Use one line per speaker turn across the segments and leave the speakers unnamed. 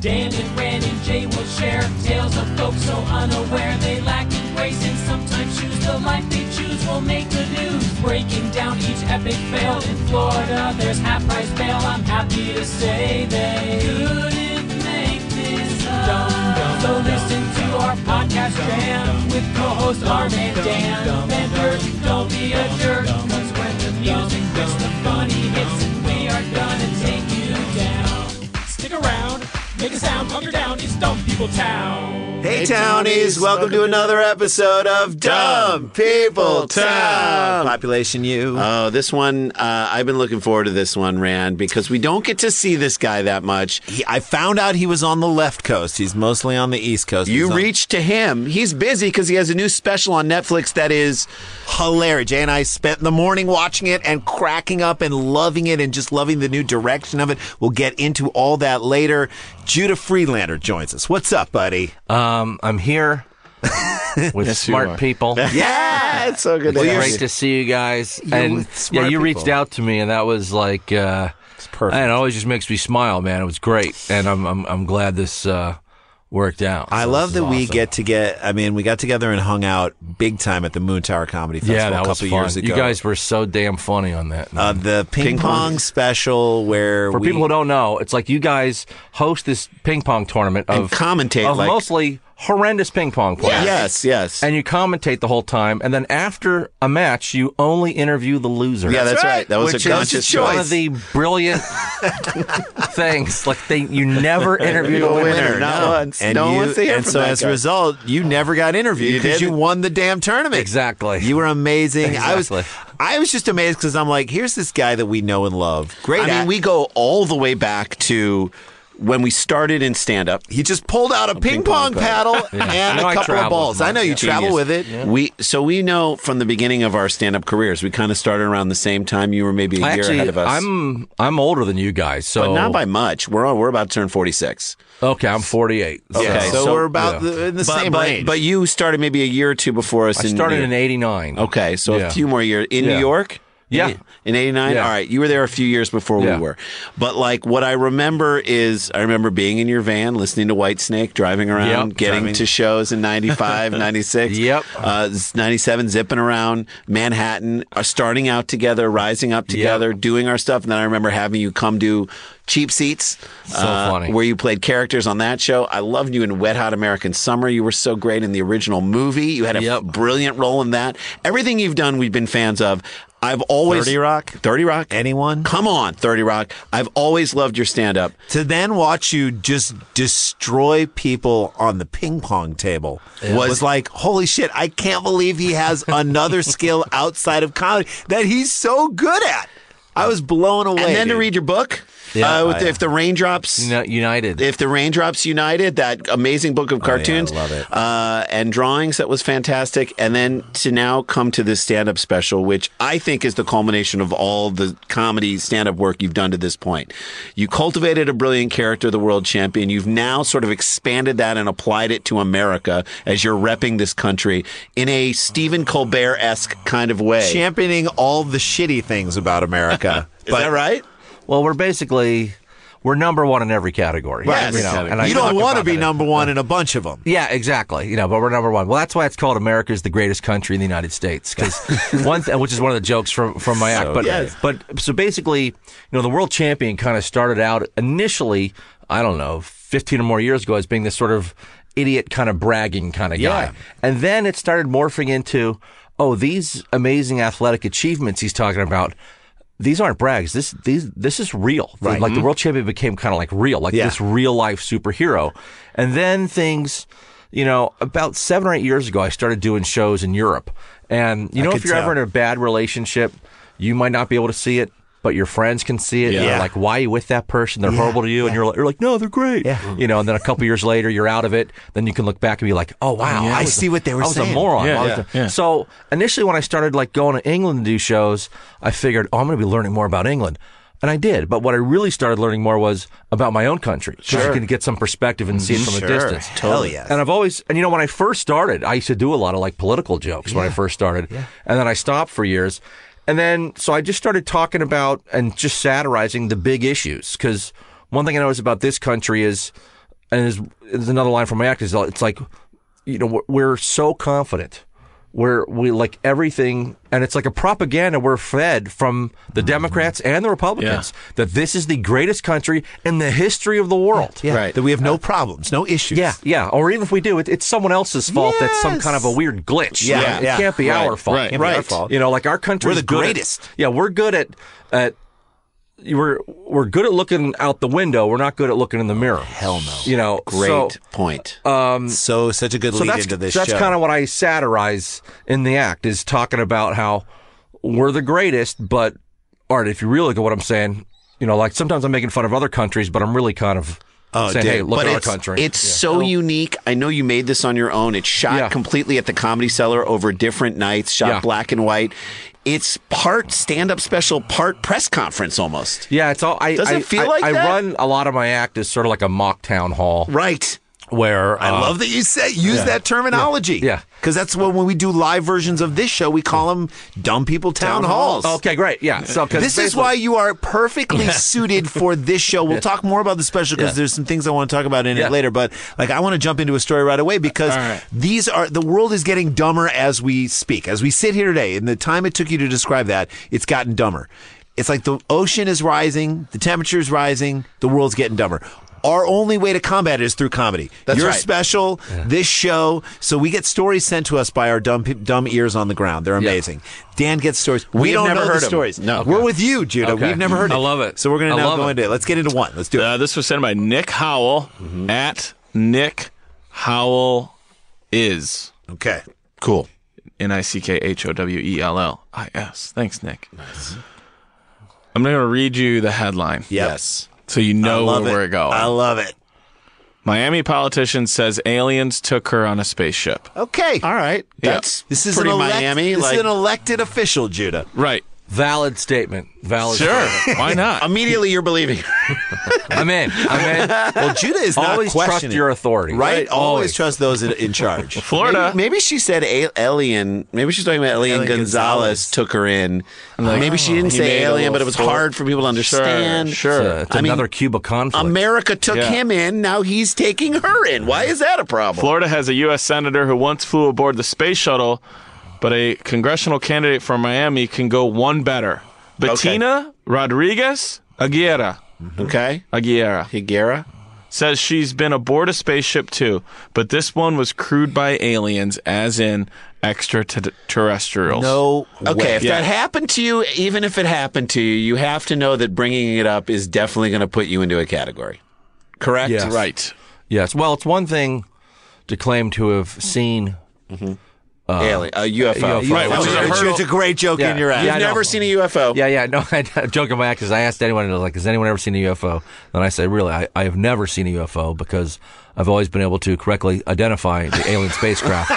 Dan and Rand and Jay will share tales of folks so unaware they lack in grace and sometimes choose the life they choose will make the news. Breaking down each epic fail in Florida, there's half price bail. I'm happy to say they couldn't make this up. So listen to our podcast jam with co-host Arm and Dan. Bender, don't be a jerk. 'cause when the music hits, the funny hits, and we are gonna take you down. Stick around, make a sound, calm her down. It's Dumb People Town.
Hey, Townies, welcome to another episode of Dumb People Town.
Town.
Population U.
Oh, this one, uh, I've been looking forward to this one, Rand, because we don't get to see this guy that much.
He- I found out he was on the left coast. He's mostly on the east coast.
You
He's on-
reach to him. He's busy because he has a new special on Netflix that is
hilarious. Jay and I spent the morning watching it and cracking up and loving it and just loving the new direction of it. We'll get into all that later. Judah Freelander joins us. What's up, buddy?
Um, I'm here with smart
are.
people.
yeah, it's so good. to have
Great
you.
to see you guys. and
with smart
yeah, you reached
people.
out to me, and that was like, uh, it's
perfect.
And it always just makes me smile, man. It was great, and I'm I'm, I'm glad this uh, worked out.
I
So
love
this
that
is
we
awesome.
get to get. I mean, we got together and hung out big time at the Moon Tower Comedy Festival
yeah, that
a
was
couple
fun.
years ago.
You guys were so damn funny on that.
uh, the ping, pong, special where
For
we,
people who don't know, it's like you guys host this ping pong tournament
And
of
commentate,
of
like-
mostly horrendous ping pong players.
Yes, yes.
And you commentate the whole time, and then after a match, you only interview the loser.
yeah, that's right. That was
Which
a
is
conscious
choice.
one of the brilliant things. Like they, you never interview a
No
winner.
winner, not once.
and
no
you-
one wants to hear
and
from
so
that
as
guy.
a result, you never got
You
interviewed because you,
didn't.
won the damn tournament.
Exactly.
You were amazing. I was
Exactly.
I was just amazed because I'm like, here's this guy that we know and love. Great.
I mean,
act-
we go all the way back to when we started in stand up.
he just pulled out a, ping pong, paddle and
I know
a
I
couple of
traveled
balls.
with
I know
mine,
you
yeah.
travel with it.
We so we know from the beginning of our stand up careers, we kind of started around the same time. You were maybe a year
Actually,
ahead of us.
I'm Oh. I'm older than you guys, so
but not by much. We're on, we're about to turn forty six.
okay. I'm 48.
Okay,
so,
so-
we're about
yeah.
the, in the
but,
same
but,
range.
But you started maybe a year or two before us.
I started in '89.
Okay, so
Yeah.
a few more years in New
Yeah.
York.
Yeah.
In- in '89.
Yeah.
All right, you were there a few years before
Yeah.
we were. But like, what I remember is, I remember being in your van, listening to Whitesnake, driving around,
Yep.
getting
Driving.
to shows in '95, '96.
Yep.
'97, zipping around Manhattan, uh, starting out together, rising up together, doing our stuff, and then I remember having you come do. Cheap seats, so
funny.
where you played characters on that show. I loved you in Wet Hot American Summer. You were so great in the original movie. You had a
Yep.
brilliant role in that. Everything you've done, we've been fans of. I've always
30 Rock?
30 Rock,
Anyone?
Come on, 30 Rock. I've always loved your stand up.
to then watch you just destroy people on the ping pong table was, like, holy shit, I can't believe he has another skill outside of comedy that he's so good at. I was blown away.
And then to
dude.
read your book,
Yeah.
uh, with,
Oh, yeah.
if the raindrops.
No, United.
If the raindrops united, that amazing book of cartoons,
love it.
Uh, and drawings that was fantastic, and then to now come to this stand-up special, which I think is the culmination of all the comedy stand-up work you've done to this point. You cultivated a brilliant character, the world champion. You've now sort of expanded that and applied it to America as you're repping this country in a Stephen Colbert-esque kind of way.
championing all the shitty things about America.
is that right?
well, we're basically we're number one in every category.
Yes.
You, know,
Category.
and I
you don't
talk
want to
about
be
that.
number one in a bunch of them.
Yeah, exactly. You know, but we're number one. Well, that's why it's called America's the greatest country in the United States because one, th- which is one of the jokes from from my act. but
good.
but so basically, you know, the world champion kind of started out initially. I don't know, fifteen or more years ago, as being this sort of idiot kind of bragging kind of guy, and then it started morphing into, oh, these amazing athletic achievements he's talking about. These aren't brags. This these this is real. Like the world champion became kind of like real, like
Yeah.
this real life superhero. And then things, you know, about seven or eight years ago, I started doing shows in Europe. And you know,
could
if you're
tell.
ever in a bad relationship, you might not be able to see it, but your friends can see it. And
Yeah.
They're like, why are you with that person? They're horrible to you. And you're like, you're like, no, they're great.
Yeah.
You know, and then a couple years later, you're out of it. Then you can look back and be like, oh, wow.
I
was
see
a-
what they were
I was
saying.
a moron.
Yeah,
I was
yeah,
a-
yeah.
So initially, when I started like going to England to do shows, I figured, oh, I'm going to be learning more about England. And I did, but what I really started learning more was about my own country. Sure. You can get some perspective and see it from
Sure.
a distance.
Hell yes.
And I've always, and you know, when I first started, I used to do a lot of like political jokes when I first started. And then I stopped for years. And then, so I just started talking about and just satirizing the big issues. Cause one thing I noticed about this country is and there's, there's another line from my act is uh, it's like, you know, we're, we're so confident. We're we like everything, and it's like a propaganda we're fed from the Democrats and the Republicans that this is the greatest country in the history of the world.
Yeah, Uh,
Right.
That we have no problems, no issues.
Yeah, yeah. Or even if we do, it, it's someone else's fault. That's some
Yes.
kind of a weird glitch.
Yeah,
Like,
yeah.
It can't be
Right,
our fault.
right,
Can't be our
right.
fault. You know, like our country.
We're the
good at-
greatest.
yeah, we're good at at we're we're good at looking out the window. We're not good at looking in the mirror.
Hell no.
You know,
Great
so-
point.
Mm. So such a good
so
lead
that's
into this
that's
show.
kind of what I satirize in the act is talking about how we're the greatest, but all right, if you really look at what I'm saying, you know, like sometimes I'm making fun of other countries, but I'm really kind of saying,
dude,
hey, look
but
at our
it's,
country.
it's so unique. I know you made this on your own. It's shot
Yeah.
completely at the Comedy Cellar over different nights, shot
Yeah.
black and white. It's part stand-up special, part press conference almost.
Yeah, it's all. I
Does it
I-
feel
I-
like
I
that?
run a lot of my act as sort of like a mock town hall
Right.
where
I
uh,
love that you say use that terminology.
Yeah.
because that's what when we do live versions of this show, we call them dumb people town, halls.
Okay, great. Yeah. So 'cause
This is
basically-
why you are perfectly suited for this show. We'll talk more about the special because
Yeah.
there's some things I want to talk about in
Yeah.
it later. But like, I want to jump into a story right away because these are the world is getting dumber as we speak. As we sit here today, in the time it took you to describe that, it's gotten dumber. It's like the ocean is rising, the temperature is rising, the world's getting dumber. Our only way to combat it is through comedy.
That's
Your
right.
special, this show. So we get stories sent to us by our dumb pe- dumb ears on the ground. They're amazing. Dan gets stories. We,
have
don't
never
know
heard
the
'em.
stories.
No.
we're with you, Judah.
Okay.
We've never heard it.
I love it.
So we're going
I
to now
love
go
it.
into it. Let's get into one. Let's do it.
Uh, this was sent by Nick Howell at Nick Howell is
okay.
Cool.
N I C K H O W E L L I S. Thanks, Nick. I'm going to read you the headline.
Yes.
So you know
love
where
it.
we're going.
I love it.
Miami politician says aliens took her on a spaceship.
Okay.
All right. That's
This is
pretty
an elect-
Miami.
This
like,
is an elected official, Judah.
Right.
valid statement. Valid.
Sure. Why not?
immediately you're believing.
statement. I'm in. I'm in.
Well, Judah is not
Always trust
questioning,
your authority.
right?
Right,
Always. trust those in, in charge.
Florida.
Maybe, maybe she said a- alien. Maybe she's talking about alien,
Alien
Gonzalez,
Gonzalez.
took her in. maybe she didn't say
You oh, made a
alien,
little
but it was
fort-
hard for people to understand.
Sure.
It's, uh, it's
I mean,
another Cuba conflict.
America took
Yeah.
him in. Now he's taking her in. Why is that a problem?
Florida has a U.S. senator who once flew aboard the space shuttle, but a congressional candidate from Miami can go one better. Bettina Rodriguez Aguilera.
Okay.
Aguilera.
Higuera.
says she's been aboard a spaceship too, but this one was crewed by aliens, as in extraterrestrials.
No.
Okay,
way.
if that happened to you, even if it happened to you, you have to know that bringing it up is definitely going to put you into a category. Correct?
Yes.
Right.
Yes. Well, it's one thing to claim to have seen. Uh,
Alien, uh, a UFO.
UFO. Right,
That was
which is a
a-
hurdle.
it's a great joke
Yeah.
in your ass.
Yeah, I
I've
know.
never seen a UFO.
Yeah, yeah. No, I joke in my act because I asked anyone, and I was like, "Has anyone ever seen a UFO?" And I say, "Really, I, I have never seen a UFO because I've always been able to correctly identify the alien spacecraft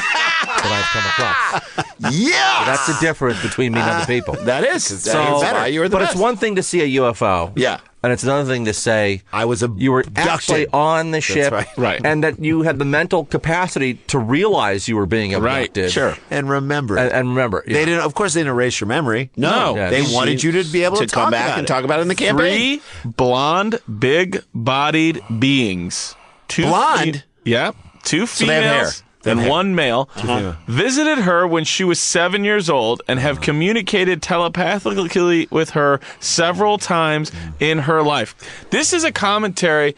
that I've come across."
Yeah.
That's the difference between me and other people.
That is. That
So,
is why you're the
but
best.
it's one thing to see a UFO.
Yeah.
And it's another thing to say
I was
you were
abducted.
actually on the ship,
right.
Right.
And that you had the mental capacity to realize you were being
Right,
abducted,
Sure.
and remember, it.
And, and remember,
they didn't. Of course, they didn't erase your memory.
No.
Yeah.
they wanted you to be able to,
to come
talk
back
about
and
it.
talk about it in the campaign.
Three blonde, big-bodied beings. Two
Blonde?
Fe- yeah. Two
they have hair.
females
They have
and
hair.
one male visited her when she was seven years old and have communicated telepathically with her several times in her life. This is a commentary.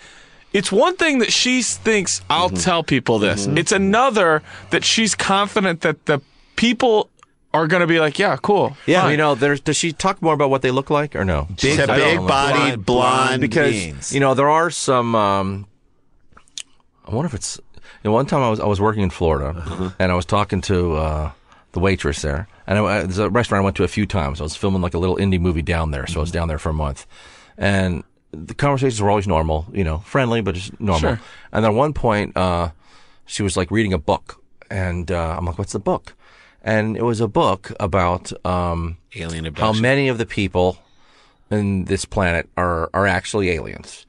It's one thing that she thinks I'll tell people this. It's another that she's confident that the people are going to be like, yeah, cool.
yeah. You know, there's, does she talk more about what they look like or no?
Big,
I don't
big
know.
Blonde-
bodied blonde,
blonde
because
beings.
you know there are some. Um, I wonder if it's. You know, one time I was I was working in Florida and I was talking to uh, the waitress there, and I, I- there's a restaurant I went to a few times. I was filming like a little indie movie down there, so I was down there for a month, and the conversations were always normal, you know, friendly but just normal. And then at one point, uh, she was like reading a book, and uh, I'm like, "What's the book?" And it was a book about um,
Alien
how
abduction.
many of the people in this planet are are actually aliens.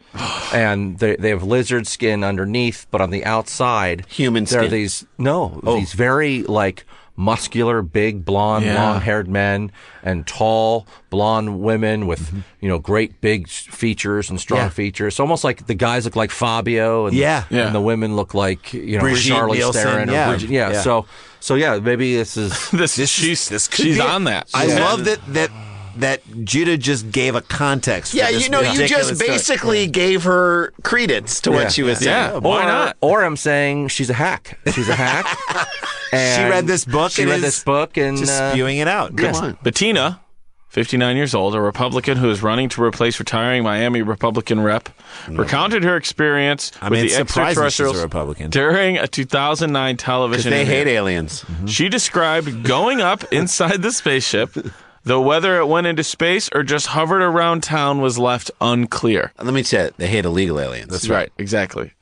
and they they have lizard skin underneath, but on the outside
Human
there are
skin.
Oh.
these no, these very like muscular, big, blonde,
Yeah.
long-haired men and tall, blonde women with you know great big s- features and strong
Mm-hmm. Yeah.
features. Almost like the guys look like Fabio, and
Yeah.
and
Yeah.
the women look like you know
Brigitte
Charlie
Nielsen,
Theron. or
yeah.
Bridget- yeah,
Yeah.
So so yeah, maybe this is
This,
This is-
she's
this could
she's
be it.
on that.
I
Yeah.
love that that that Judah just gave a context. For
Yeah,
this
you know, you
ridiculous
just
story.
basically gave her credence to
Yeah.
what she was saying.
oh,
Yeah. Why
or,
not?
Or I'm saying she's a hack. She's a hack. and
She read this book
She
and
read
is
this book and
just
uh,
spewing it out.
Come on.
Bettina, 59 years old, a Republican who is running to replace retiring Miami Republican rep, recounted her experience
Mm. I
with
mean,
the
it's surprising she's a
extraterrestrials
Republican.
during a 2009 television.
They
interview.
hate aliens.
She described going up inside the spaceship, though whether it went into space or just hovered around town was left unclear.
Let me say it. They hate illegal aliens. That's
right, exactly.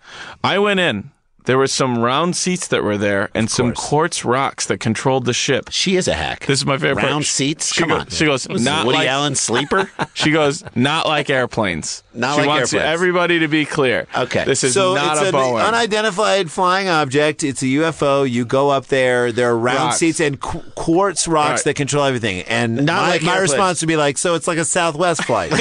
I went in. There were some round seats that were there and some quartz rocks that controlled the ship.
She is a hack.
This is my favorite part.
Round seats?
She
Come
go-
on.
She goes,
What's this,
not
Woody
like
Allen sleeper.
She goes, not like airplanes.
Not
she
like
wants
airplanes.
everybody to be clear.
Okay.
This is
so
not
it's
a
an
Boeing.
unidentified flying object. It's a UFO. You go up there. There are round
Rocks.
seats and qu- quartz rocks
Right.
that control everything. And
Not
my,
like
my
airplanes.
response would be like, so it's like a Southwest flight.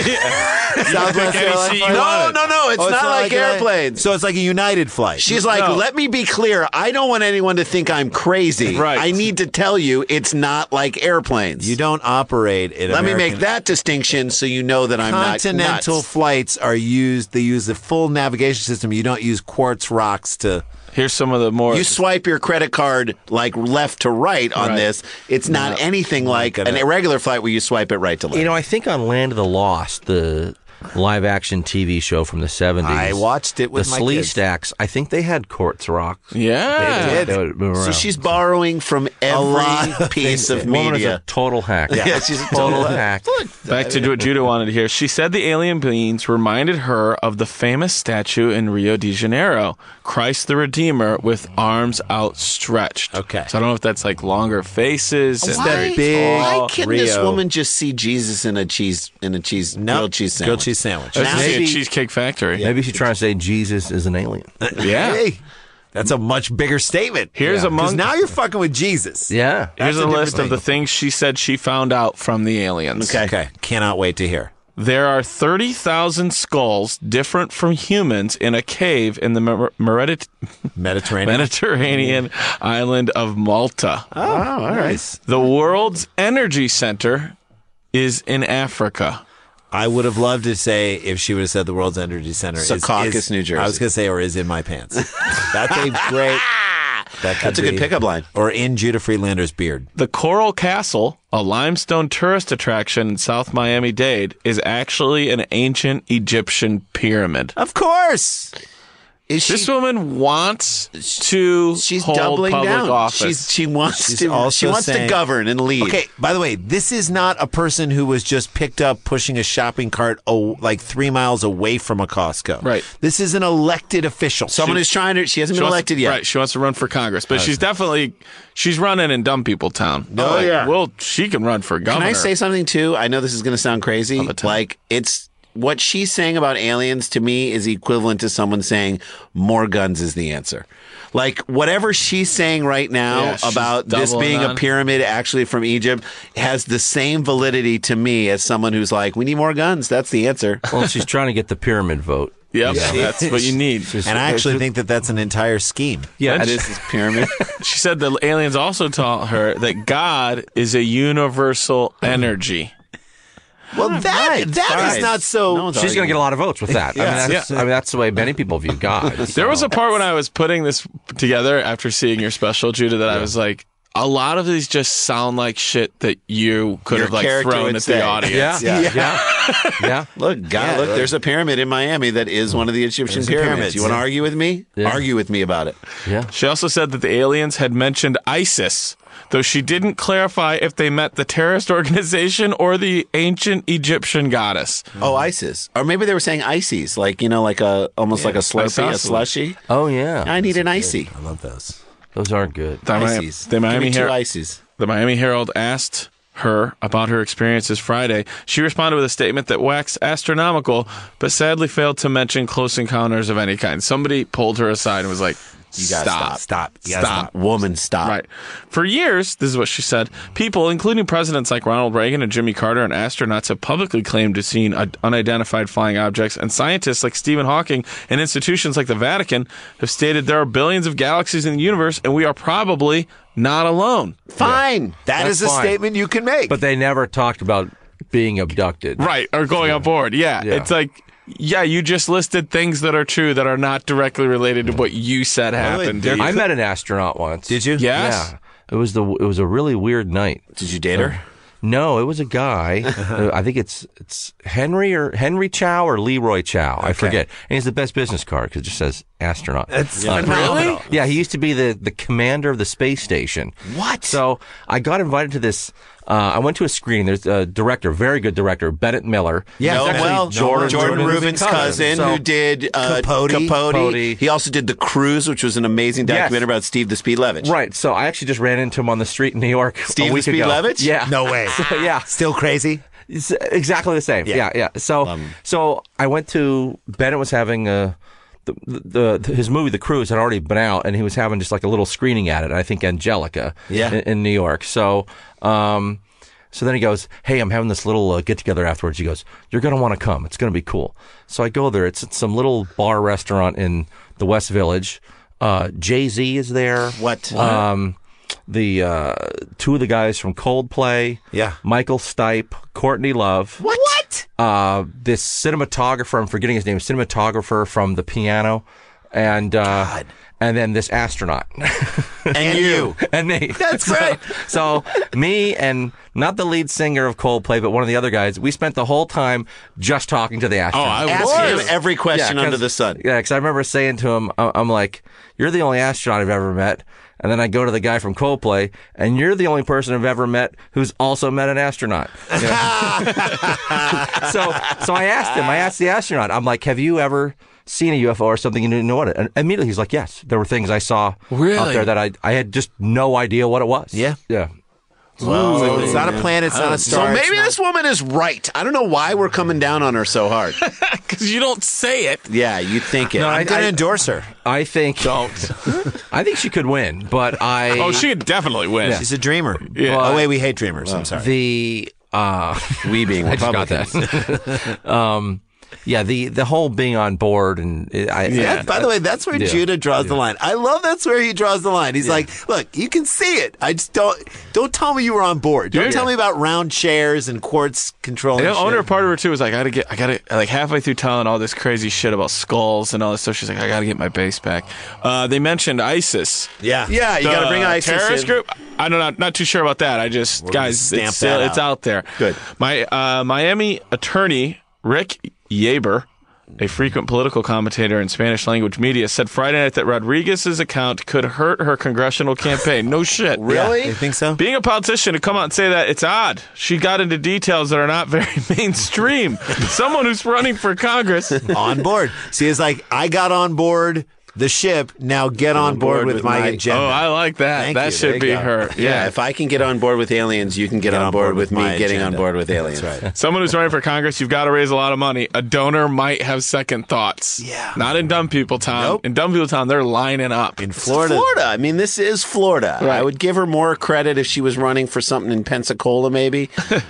Southwest
any
Airlines
seat
flight?
you wanted.
No, no, no,
Oh,
it's not like
a-
airplanes.
So it's like a United flight.
She's like,
No.
let me be clear. I don't want anyone to think I'm crazy.
Right.
I need to tell you it's not like airplanes.
you don't operate in.
let me
American-
make that distinction so you know that I'm not
Continental
nuts.
flights are used. They use the full navigation system. You don't use quartz rocks to.
Here's some of the more.
You swipe your credit card like left to right on
Right.
this. It's not anything like an irregular flight where you swipe it right to left.
you know, I think on Land of the Lost, the live action TV show from the 70s.
I watched it with
the
my
Slee
kids.
Stacks. I think they had quartz rocks.
yeah.
They did.
They would move
so
around.
she's borrowing from
lot
every
of
piece of
Woman is a
media.
total hack.
Yeah, she's a
total hack.
Back to what Judah wanted to hear. She said the alien beings reminded her of the famous statue in Rio de Janeiro, Christ the Redeemer, with arms outstretched.
Okay.
So I don't know if that's like longer faces. and
Why-
very
big
tall-
Why can this
Rio-
woman just see Jesus in a cheese in a cheese
No,
grilled cheese sandwich?
Grilled cheese sandwich.
That's
Now
the
she-
Cheesecake Factory.
Maybe she's trying to say Jesus is an alien.
Yeah.
Hey, that's a much bigger statement.
Here's a
Because
monk.
now you're fucking with Jesus.
Yeah.
Here's
a
a, list of
different
the things she said she found out from the aliens.
Okay.
Okay. Cannot wait to hear.
There are 30,000 skulls different from humans in a cave in the Mer- Meredit-
Mediterranean.
Mediterranean island of Malta.
oh, all right.
The world's energy center is in Africa.
I would have loved to say if she would have said the World's Energy Center is-
Secaucus,
is-
New Jersey.
I was going to say or is in my pants. That's a great. That could
That's a good
be-
pickup line.
Or in Judah Freelander's beard.
The Coral Castle, a limestone tourist attraction in South Miami Dade, is actually an ancient Egyptian pyramid.
Of course.
Is she?
This woman wants to
she's
hold
doubling
public
down.
office.
She's she wants
She's
to she
also
wants
saying-
to govern and lead.
Okay, by the way, this is not a person who was just picked up pushing a shopping cart oh, like three miles away from a Costco.
Right.
This is an elected official.
Someone who's trying to she hasn't
She
been
wants-
elected yet.
Right, she wants to run for Congress, but she's definitely she's running in dumb people town. No,
Oh, yeah.
Well, she can run for
Can
governor.
I say something too? I know this is going to sound crazy. Like it's what she's saying about aliens to me is equivalent to someone saying more guns is the answer. Like whatever she's saying right now
Yeah, she's
about this
doubling
being
on.
a pyramid actually from Egypt has the same validity to me as someone who's like, we need more guns. That's the answer.
Well, she's trying to get the pyramid vote.
Yep, that's what you need.
and I actually think that that's an entire scheme.
Yeah.
That is this pyramid.
She said the aliens also taught her that God is a universal energy.
Well, that that is
Ah, Fine.
not so.
No one's
She's going to get a lot of votes with that. I, mean, that's,
Yeah.
I mean, that's the way many people view God.
There was a part when I was putting this together after seeing your special, Judah, that I was like, a lot of these just sound like shit that you could
Your
have like
character
thrown
would
at
say.
the audience.
Yeah. Yeah. Yeah. yeah.
Look, God, look, there's a pyramid in Miami that is one of the Egyptian
There's a pyramid.
pyramids. You want to argue with me? Argue with me about it.
She also said that the aliens had mentioned ISIS, though she didn't clarify if they meant the terrorist organization or the ancient Egyptian goddess.
Oh, ISIS. Or maybe they were saying ICES, like, you know, like a almost like a Slurpee, a
Isosceles.
slushy.
Oh, yeah.
I need an icy.
I love those.
Those aren't good.
The, Mi-
Ices.
the Miami
Give me two
Her-
ices.
the Miami Herald asked her about her experiences Friday. She responded with a statement that waxed astronomical, but sadly failed to mention close encounters of any kind. Somebody pulled her aside and was like,
You gotta stop.
Stop.
Stop. You gotta
Stop.
Woman, stop.
Right. For years, this is what she said people, including presidents like Ronald Reagan and Jimmy Carter and astronauts, have publicly claimed to have seen uh, unidentified flying objects, and scientists like Stephen Hawking and institutions like the Vatican have stated there are billions of galaxies in the universe, and we are probably not alone.
Fine.
That
That's
is a
fine.
statement you can make.
But they never talked about being abducted.
Right. Or going aboard. Yeah.
Yeah.
It's like. Yeah, you just listed things that are true that are not directly related to what you said happened.
they're-
dude.
I met an astronaut once.
Did you?
Yes.
Yeah. It was the it was a really weird night.
Did you date her?
No, it was a guy. Uh, I think it's it's Henry or Henry Chow or Leroy Chow. I forget. And he's the best business card because it just says astronaut.
That's
Uh,
phenomenal.
Yeah, he used to be the the commander of the space station.
What?
So I got invited to this. Uh, I went to a screening. There's a director, very good director, Bennett Miller.
Yeah,
He's
no,
actually
well, no,
Jordan,
Jordan
Rubin's
Rubin's cousin,
So-
who did uh,
Capote.
Capote.
He also did The Cruise, which was an amazing
Yes.
documentary about Steve the Speed Levitch.
Right. So I actually just ran into him on the street in New York
Steve
a week
the Speed
ago.
Levitch?
Yeah.
No way.
So, yeah.
Still crazy?
It's exactly the same.
Yeah.
Yeah, yeah. So,
Um,
so I went to Bennett was having a. The, the, the his movie The Cruise had already been out, and he was having just like a little screening at it. I think Angelica,
Yeah.
in, in New York. So, um, so then he goes, "Hey, I'm having this little uh, get together afterwards." He goes, "You're gonna want to come. It's gonna be cool." So I go there. It's at some little bar restaurant in the West Village. Uh, Jay Z is there.
What?
Um, the uh, two of the guys from Coldplay.
Yeah.
Michael Stipe, Courtney Love.
What?
Uh, this cinematographer, I'm forgetting his name, cinematographer from The Piano, and uh, and then this astronaut,
and, you.
and me.
That's
so,
great.
So me and not the lead singer of Coldplay, but one of the other guys, we spent the whole time just talking to the
Oh,
astronaut.
I
Ask
was.
him every question
Yeah, 'cause-
under the sun.
Yeah, because I remember saying to him, I- I'm like, you're the only astronaut I've ever met. And then I go to the guy from Coldplay, and you're the only person I've ever met who's also met an astronaut. You know? so, so I asked him, I asked the astronaut, I'm like, have you ever seen a UFO or something you didn't know what it? And immediately he's like, yes, there were things I saw out
Really?
there that I, I had just no idea what it was.
Yeah.
Yeah.
So it's not a planet, it's not a
Oh, So
star. it's
maybe
not-
this woman is right. I don't know why we're coming down on her so hard.
Because you don't say it.
yeah, you think it.
I'm going to endorse her.
I think
Don't.
I think she could win, but I
Oh, she could definitely win.
She's a dreamer.
Yeah.
Oh, wait, we hate dreamers. I'm sorry.
the uh,
we being
I just got
Republicans.
that. um, yeah, the the whole being on board and uh, I,
That- by the way, that's where
Yeah.
Judah draws the line. I love that's where he draws the line. He's like, "Look, you can see it. I just don't. Don't tell me you were on board. Don't
Yeah.
tell me about round chairs and quartz control."
The
and shit.
owner of part of her too was like, I gotta get, I gotta like halfway through telling all this crazy shit about skulls and all this stuff. She's like, I gotta get my base back. Uh, they mentioned ISIS.
yeah,
Yeah, you
The
got to bring ISIS
terrorist
in.
group. I don't know, not too sure about that. I just guys,
stamp
it's, still,
that
it's
out.
out there.
Good.
My uh, Miami attorney Rick Yaber. A frequent political commentator in Spanish language media said Friday night that Rodriguez's account could hurt her congressional campaign. No shit.
You think so?
Being a politician to come out and say that, it's odd. She got into details that are not very mainstream. Someone who's running for Congress. Oh,
on board. See, it's like I got on board the ship. Now get on, board, with, my, agenda.
Oh, I like that.
Thank
that
you. There
should
you
be
go.
her.
Yeah,
Yeah.
if I can get on board with aliens, you can get, on, board, with,
my
me getting on
agenda.
board with aliens.
That's right.
Someone who's running for Congress, you've got to raise a lot of money. A donor might have second thoughts.
Yeah.
Not in dumb people town.
Nope.
In dumb people town, they're lining up.
In Florida,
Florida. I mean, this is Florida.
Right.
I would give her more credit if she was running for something in Pensacola, maybe.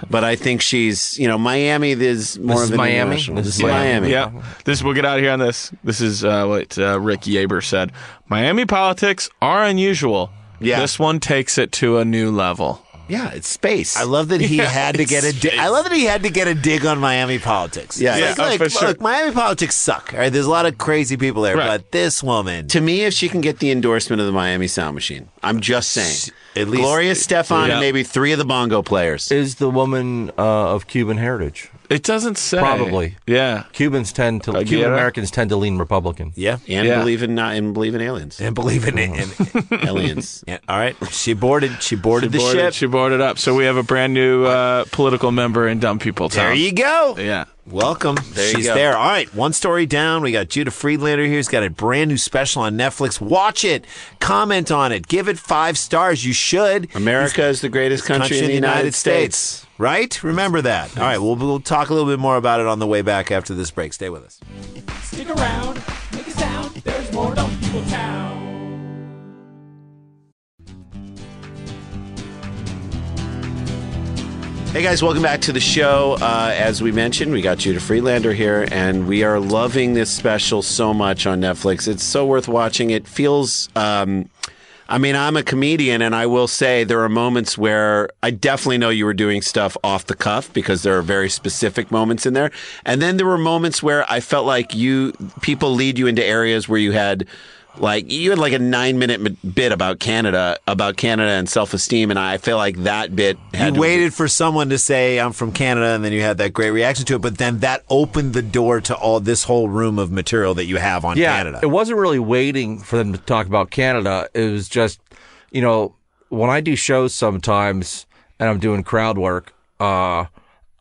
but I think she's, you know, Miami is more
This
of
is
an
Miami?
international-
This
This
is
is Miami.
Miami.
Yeah. This we'll get out of here on this. This is uh, what uh, Rick Yaber said. Miami politics are unusual.
Yeah.
This one takes it to a new level.
Yeah, it's space.
I love that he
Yeah,
had to
it's
get a. Di- I love that he had to get a dig on Miami politics.
Yeah,
It's
yeah.
like,
Oh,
like,
for sure.
look, Miami politics suck. All right, there's a lot of crazy people there,
Right.
but this woman,
to me, if she can get the endorsement of the Miami Sound Machine, I'm just saying.
At least-
Gloria Stefan
Yeah.
and maybe three of the bongo players.
is the woman uh, of Cuban heritage.
It doesn't say.
Probably.
Yeah.
Cubans tend to
Aguilera?
Cuban Americans tend to lean Republican.
yeah,
and
Yeah.
believe in not and believe in aliens.
and believe in it. And,
aliens.
Yeah, all right, she boarded. She boarded the
boarded-
ship.
Mm. She boarded up. So we have a brand new uh, political member in Dumb People Town.
there you go.
yeah.
Welcome.
There you
She's
go.
there. All right. One story down. We got Judah Friedlander here. He's got a brand new special on Netflix. Watch it. Comment on it. Give it five stars. You should.
America is the greatest country, in the United, States.
Right? Remember that. All right. We'll, we'll talk a little bit more about it on the way back after this break. Stay with us.
Stick around, make a sound, there's more Dumb People Town.
Hey guys, welcome back to the show. Uh, as we mentioned, we got Judah Freelander here, and we are loving this special so much on Netflix. It's so worth watching. It feels. Um, I mean, I'm a comedian, and I will say there are moments where I definitely know you were doing stuff off the cuff because there are very specific moments in there. And then there were moments where I felt like you people lead you into areas where you had like you had like a nine minute m- bit about Canada, about Canada and self esteem, and I feel like that bit
You
had to-
waited for someone to say I'm from Canada, and then you had that great reaction to it. But then that opened the door to all this whole room of material that you have on
yeah,
Canada.
It wasn't really waiting for them to talk about Canada. It was just, you know, when I do shows sometimes and I'm doing crowd work, uh,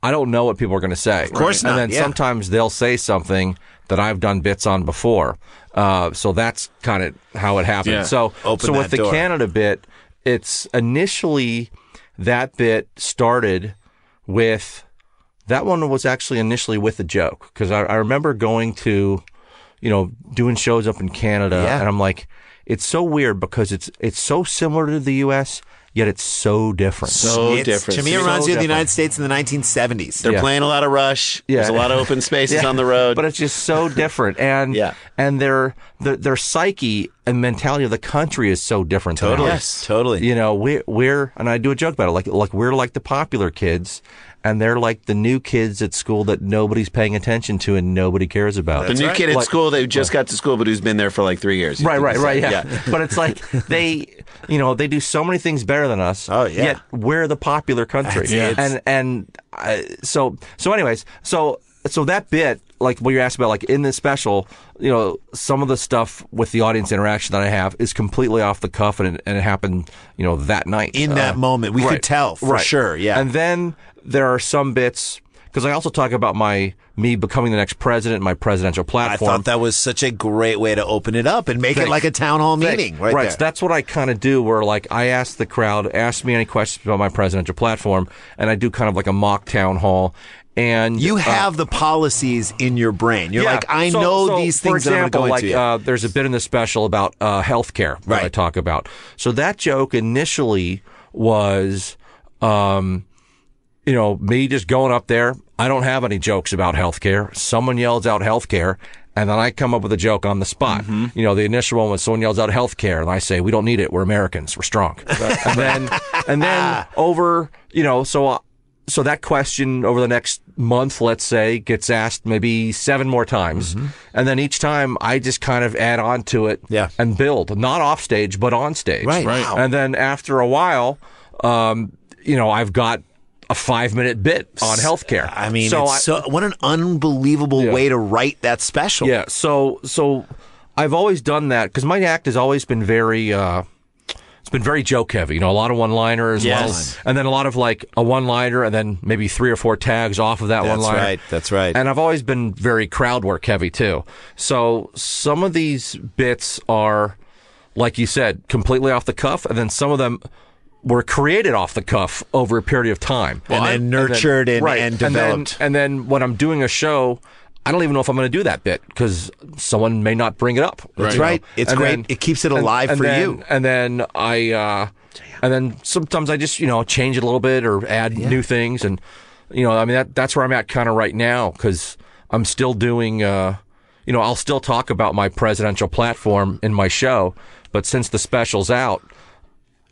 I don't know what people are going to say. Of
course not,
And then
yeah.
sometimes they'll say something that I've done bits on before. Uh, so that's kind of how it happened.
Yeah.
So,
Open
so with
that
the
door.
Canada bit, it's initially that bit started with that one was actually initially with a joke because I, I remember going to, you know, doing shows up in Canada,
Yeah.
and I'm like, it's so weird because it's it's so similar to the U.S. yet it's so different.
so
It's-
different.
To me, it
So
reminds you of the
different.
United States in the 1970s.
They're playing a lot of Rush. There's a
Yeah.
lot of open spaces on the road.
but it's just so different, and
Yeah.
and their, their their psyche and mentality of the country is so different. than
totally,
ours.
totally.
You know, we're, we're, and I do a joke about it, like, like we're like the popular kids and they're like the new kids at school that nobody's paying attention to and nobody cares about.
the new kid at
Like-
school that just got to school, but who's been there for like three years.
Right, right, right.
Yeah.
Yeah. but it's like they, you know, they do so many things better than us.
Oh, yeah.
Yet we're the popular country.
Yeah, it's-
And and uh, so so anyways, so so that bit like what you're asked about, like in this special, you know, some of the stuff with the audience interaction that I have is completely off the cuff, and it, and it happened, you know, that night Uh,
In
Uh,
that moment, we could tell for sure. Yeah,
and then there are some bits because I also talk about my me becoming the next president, my presidential
I
platform.
thought that was such a great way to open it up and make it like a town hall meeting, right,
so
there.
that's what I kind of do. Where like I ask the crowd, ask me any questions about my presidential platform, and I do kind of like a mock town hall. And
you
uh,
have the policies in your brain. You're
yeah.
like, I
So-
know
so,
these
for
things that I'm
example,
going to go
like,
into. Yeah.
Uh, there's a bit in the special about uh, healthcare that I
Right.
talk about. So that joke initially was, um, you know, me just going up there. I don't have any jokes about healthcare. Someone yells out healthcare. And then I come up with a joke on the spot.
Mm-hmm.
You know, the initial one was someone yells out healthcare, and I say, "We don't need it. We're Americans. We're strong." and then,
Ah.
and then over, you know, so uh, so that question over the next month, let's say, gets asked maybe seven more times.
Mm-hmm.
And then each time I just kind of add on to it
Yeah.
and build, not off stage, but on stage.
Right. Right.
And then after a while, um, you know, I've got a five minute bit on healthcare.
I mean,
so
it's
I-
so, what an unbelievable way to write that special.
yeah. So so I've always done that because my act has always been very. Uh, it's been very joke heavy, you know, a lot of one liners,
Yes.
and then a lot of like a one liner, and then maybe three or four tags off of that
That's
one liner.
right, that's right.
And I've always been very crowd work heavy too. So some of these bits are, like you said, completely off the cuff, and then some of them were created off the cuff over a period of time
And then nurtured and,
right.
and
then-
developed.
And then, when I'm doing a show, I don't even know if I'm going to do that bit because someone may not bring it up.
That's
you know?
right. It's
And
great.
then-
it keeps it
and-
alive
and
for
then-
you.
And then I, uh, and then sometimes I just you know change it a little bit or add new things, and you know I mean that that's where I'm at kind of right now because I'm still doing. Uh, you know, I'll still talk about my presidential platform in my show, but since the special's out,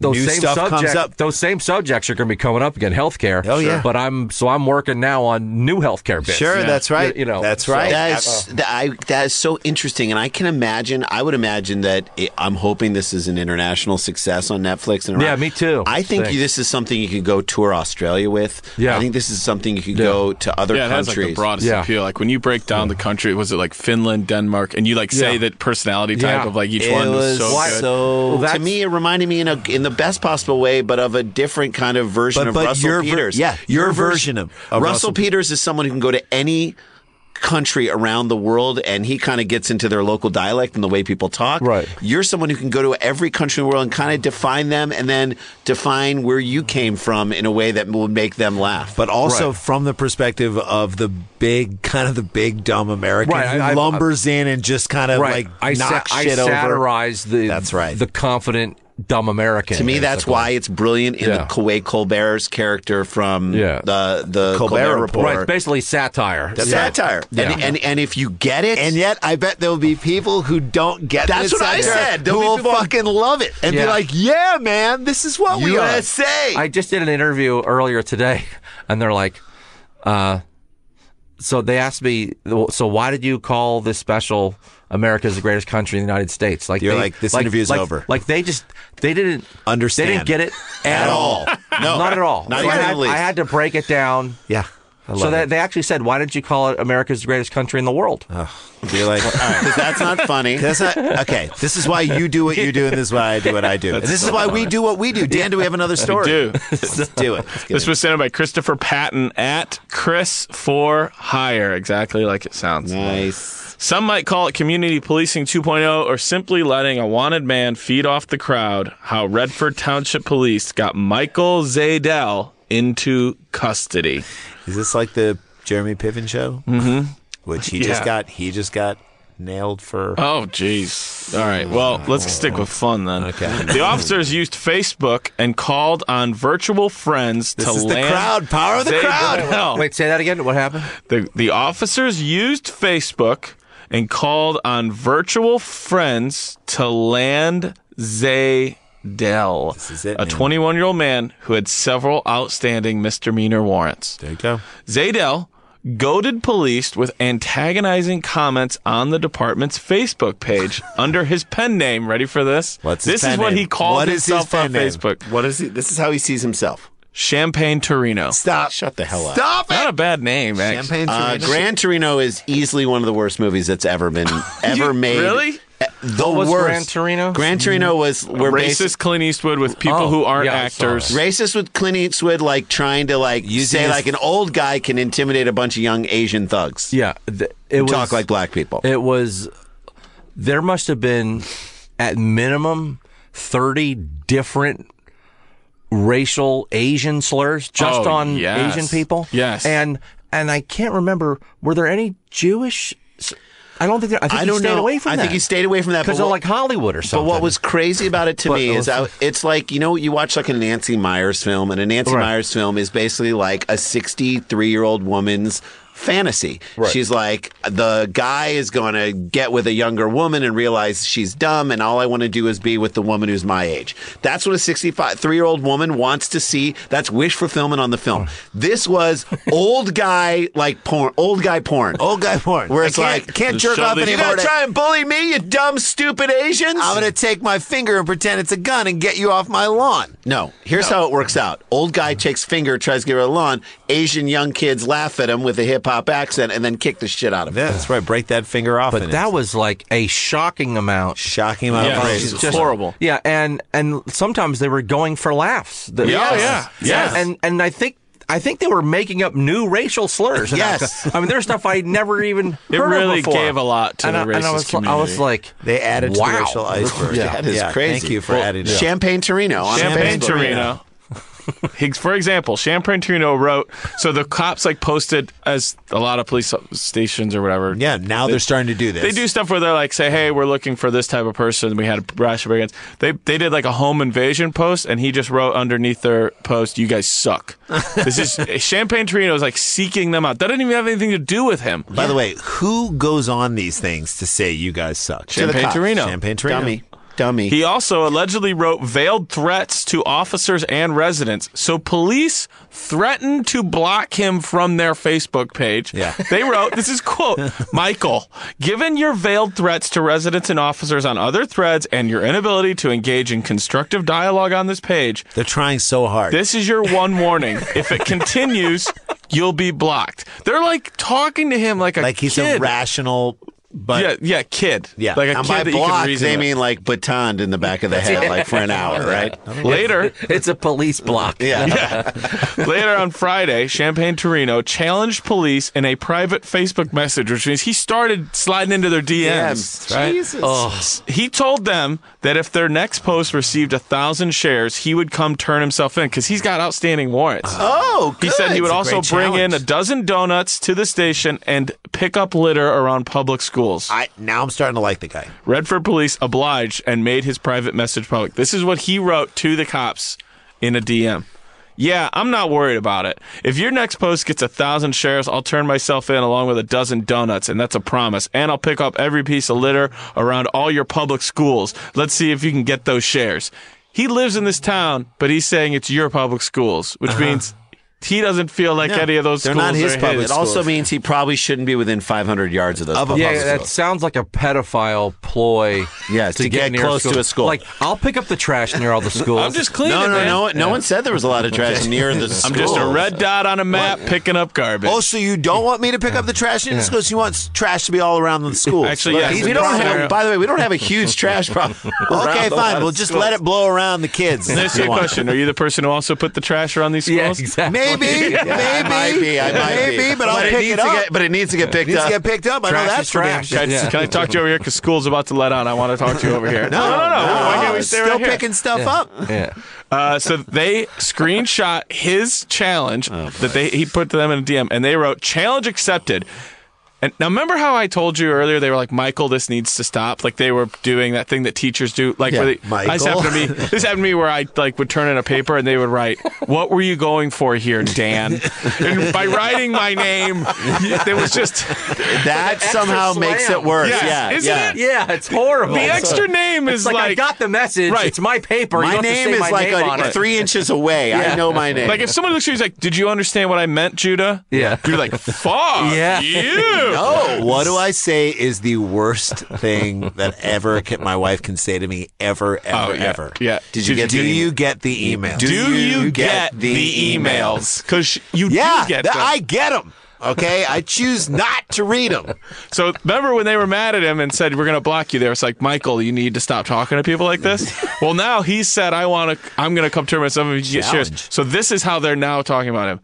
those
New
same
stuff comes
subject-
up.
Those same subjects are going to be coming up again, healthcare.
Oh, yeah.
But I'm so I'm working now on new healthcare bits.
Sure, that's right.
You, you know,
that's
so-
right.
That is, that, I, that is so interesting. And I can imagine, I would imagine that it, I'm hoping this is an international success on Netflix. And around-
Yeah, me too.
I think
Thanks.
this is something you could go tour Australia with.
Yeah.
I think this is something you could go to other
Yeah, it has like
countries.
the broadest
Yeah.
appeal. Like when you break down the country, was it like Finland, Denmark, and you like say
Yeah.
that personality type
Yeah.
of like each
it
one
was
is so
so,
good.
Well,
to
that's-
me it reminded me in a in the best possible way but of a different kind of version
But-
of
but
Russell
your ver-
Peters
yeah, your
vers-
version of- of
Russell,
Russell
Peters is someone who can go to any country around the world and he kind of gets into their local dialect and the way people talk
Right.
you're someone who can go to every country in the world and kind of define them and then define where you came from in a way that will make them laugh
but also
Right.
from the perspective of the big, kind of the big dumb American
Right,
who
I- I-
lumbers in and just kind of
right.
like
I, sa-
knocks
I
shit over.
satirize the
That's right.
the confident dumb American.
To me, that's
basically.
why it's brilliant in
Yeah.
the Kuwait Colbert's character from
Yeah.
the the Colbert,
Colbert
Report.
Right, it's basically satire.
That's
Yeah.
satire.
Yeah.
And, and and if you get it,
And yet, I bet there'll be people who don't get
That's
this
what I
satire
said. There'll
Who
be
will
people-
fucking love it and
Yeah.
be like, "Yeah, man, this is what we
uh,
want to say."
I just did an interview earlier today, and they're like, uh, so they asked me, so why did you call this special America's the greatest country in the United States? Like
You're
they-
like, this interview's
like-
over.
Like they just they didn't
Understand.
They didn't get it at,
At all.
No, not at all.
Not
So I,
even
had,
in the least.
I had to break it down.
yeah.
So they, they actually said, why did you call it America's the greatest country in the world?
You're like,
because that's not funny.
That's not okay. This is why you do what you do, and this is why I do what I do. And this is why we do what we do. Dan, do we have another story?
do.
Let's do it. Let's get
This
it.
was sent in by Christopher Patton at Chris for Hire, exactly like it sounds.
Nice.
Some might call it community policing 2.0 or simply letting a wanted man feed off the crowd. How Redford Township Police got Michael Zadell into custody.
Is this like the Jeremy Piven show? Mm-hmm. Which he just
Yeah.
got. He just got nailed for.
Oh, jeez. All right. Well, let's stick with fun then.
Oh, Okay.
The officers used Facebook and called on virtual friends
this
to
is the
land
crowd power of the crowd.
Oh.
Zadell.
Wait, say that again. What happened?
The, the officers used Facebook and called on virtual friends to land Zaydell,
is it,
a
man.
21 year old man who had several outstanding misdemeanor warrants.
There you go.
Zaydell goaded police with antagonizing comments on the department's Facebook page under his pen name. Ready for this?
What's his
this is
pen
what
name?
he called
What is his
himself on
pen name?
Facebook.
What is he? This is how he sees himself.
Champagne Torino.
Stop.
Shut the hell up.
Stop it.
Not a bad name, actually.
Champagne
Uh,
Torino.
Gran Torino is easily one of the worst movies that's ever been ever
You-
made.
really?
Uh, The
was
worst.
Gran Torino?
Gran Torino was
Mm.
where
Racist Clint Eastwood with people
Oh,
who aren't
yeah, I saw
actors.
that.
racist with Clint Eastwood, like trying to like
Using
say
his-
like an old guy can intimidate a bunch of young Asian thugs.
Yeah, th- it was
talk like black people.
It was. There must have been, at minimum, thirty different racial Asian slurs just
Oh,
on
yes.
Asian people.
Yes.
and and I can't remember. Were there any Jewish? s- I don't think. There, I think
I
he
don't
stayed
know.
away from
I
that.
think he stayed away from that.
because
but
of
what-
like Hollywood or
But
something.
what was crazy about it to
But
me
it
is
was-
I, it's like you know you watch like a Nancy Myers film, and a Nancy
Right.
Myers film is basically like a sixty-three-year-old woman's fantasy. She's like the guy is going to get with a younger woman and realize she's dumb, and all I want to do is be with the woman who's my age. That's what a sixty-three-year-old woman wants to see. That's wish fulfillment on the film. This was old guy like porn, old guy porn.
Old guy porn.
Where
Oh, I
it's
can't-
like-
can't
Just
jerk
show
off
the-
you
anymore.
gonna
to-
try and bully me, you dumb, stupid Asians?
I'm gonna take my finger and pretend it's a gun and get you off my lawn.
No, here's how it works out. Old guy takes finger, tries to get her lawn. Asian young kids laugh at him with a hip hop accent and then kick the shit out of him.
That's right. Break that finger off.
But that was like a shocking amount.
shocking amount
Yeah,
of
it's
praise.
just Oh, horrible.
Yeah, and and sometimes they were going for laughs. The-
Yeah, oh, yeah, yes.
And and I think I think they were making up new racial slurs. And I-
Yes.
I, mean there's stuff I never even
It
heard of
really
before.
gave a lot to
and
the
I, and I was,
racist
I was
community.
like,
They added to
wow.
the racial iceberg.
Yeah.
That is crazy.
Thank you for
Well,
adding it.
Champagne Torino. on
Champagne
Facebook.
Torino. Higgs- For example, Champagne Torino wrote, so the cops like posted as a lot of police stations or whatever.
Yeah, now they're starting to do this.
They do stuff where they're like, say, hey, we're looking for this type of person. We had a rash of against. They they did like a home invasion post, and he just wrote underneath their post, "You guys suck." this is Champagne Torino is like seeking them out. That didn't even have anything to do with him.
By the way, who goes on these things to say you guys suck?
To the Champagne cops. Torino.
Champagne Torino.
Dummy. Dummy.
He also allegedly wrote veiled threats to officers and residents. So police threatened to block him from their Facebook page.
Yeah.
They wrote, this is quote, Michael, given your veiled threats to residents and officers on other threads and your inability to engage in constructive dialogue on this page,
They're trying so hard.
this is your one warning. If it continues, you'll be blocked. They're like talking to him like a
like he's
kid.
a rational, but
yeah, yeah, kid.
Yeah.
Like a
and
kid
by
that you can
block,
reason
they
with.
mean like batoned in the back of the head, like for an hour, right?
Later,
It's a police block.
Yeah.
Later on Friday, Champagne Torino challenged police in a private Facebook message, which means he started sliding into their DMs.
Damn.
right?
Jesus.
Oh.
He told them that if their next post received a thousand shares, he would come turn himself in because he's got outstanding warrants.
Oh,
he said he
good.
would
It's a
also
great
bring in a
challenge.
dozen donuts to the station and pick up litter around public schools.
I now I'm starting to like the guy.
Redford police obliged and made his private message public. This is what he wrote to the cops in a DM. Yeah, I'm not worried about it. If your next post gets a thousand shares, I'll turn myself in along with a dozen donuts, and that's a promise. And I'll pick up every piece of litter around all your public schools. Let's see if you can get those shares. He lives in this town, but he's saying it's your public schools, which means he doesn't feel like any of those
they're
schools
not his
are
public
his.
It also means he probably shouldn't be within 500 yards of those.
Of a
public
Yeah,
Public
that sounds like a pedophile ploy.
Yes, to get
near
close to a school.
Like, I'll pick up the trash near all the schools.
I'm just cleaning,
no, no,
man.
no, no one said there was a lot of trash near the
I'm just a
schools.
red dot on a map picking up garbage.
Oh, so you don't want me to pick up the trash in the schools? You want s- trash to be all around the schools?
Actually,
Look,
yes.
he's
We don't
probably-
have, by the way, we don't have a huge trash problem.
Okay, fine. We'll just let it blow around the kids.
Let me ask you a question. Are you the person who also put the trash around these schools?
yeah, exactly.
Maybe,
I
maybe,
might be. I might
maybe,
be.
but I'll
it
pick
needs
it
to
up.
Get, but it needs to get picked
Needs to
Uh,
up.
get picked up. I know
Trash
that's
is
for damn
trash.
sure.
Can I,
Yeah.
can I talk to you over here? Because school's about to let on. I want to talk to you over here. No, no, no. Why can't we stay
Still
right here?
picking stuff up.
Yeah.
Uh, so they screenshot his challenge that they he put to them in a DM, and they wrote challenge accepted. And now remember how I told you earlier they were like Michael, this needs to stop. Like they were doing that thing that teachers do. Like where they,
Michael.
This happened to me. This happened to me where I like would turn in a paper and they would write, "What were you going for here, Dan?" and by writing my name, it was just
That somehow makes
slam.
it worse.
Yes,
Yeah,
isn't
yeah.
it?
Yeah, it's horrible.
the extra name
It's
is
like, I got the message.
Right.
It's my paper. you
My
don't have to
name
say
is
my
like
name on
a,
it.
three inches away. I know my name.
Like if someone looks at you, he's like, "Did you understand what I meant, Judah?"
Yeah.
you're like, "Fuck
Yeah.
you."
Oh, what do I say is the worst thing that ever can, my wife can say to me ever, ever,
Oh, yeah.
ever?
Yeah.
Did you get
do
the email?
you get the email?
Do, you,
you
get,
get
the,
the
emails? Because you
yeah,
do get
that-
them.
I get them. Okay, I choose not to read them.
so remember when they were mad at him and said we're going to block you? There, it's like Michael, you need to stop talking to people like this. well, now he said I want to. I'm going to come to him and some of you get shares. So this is how they're now talking about him.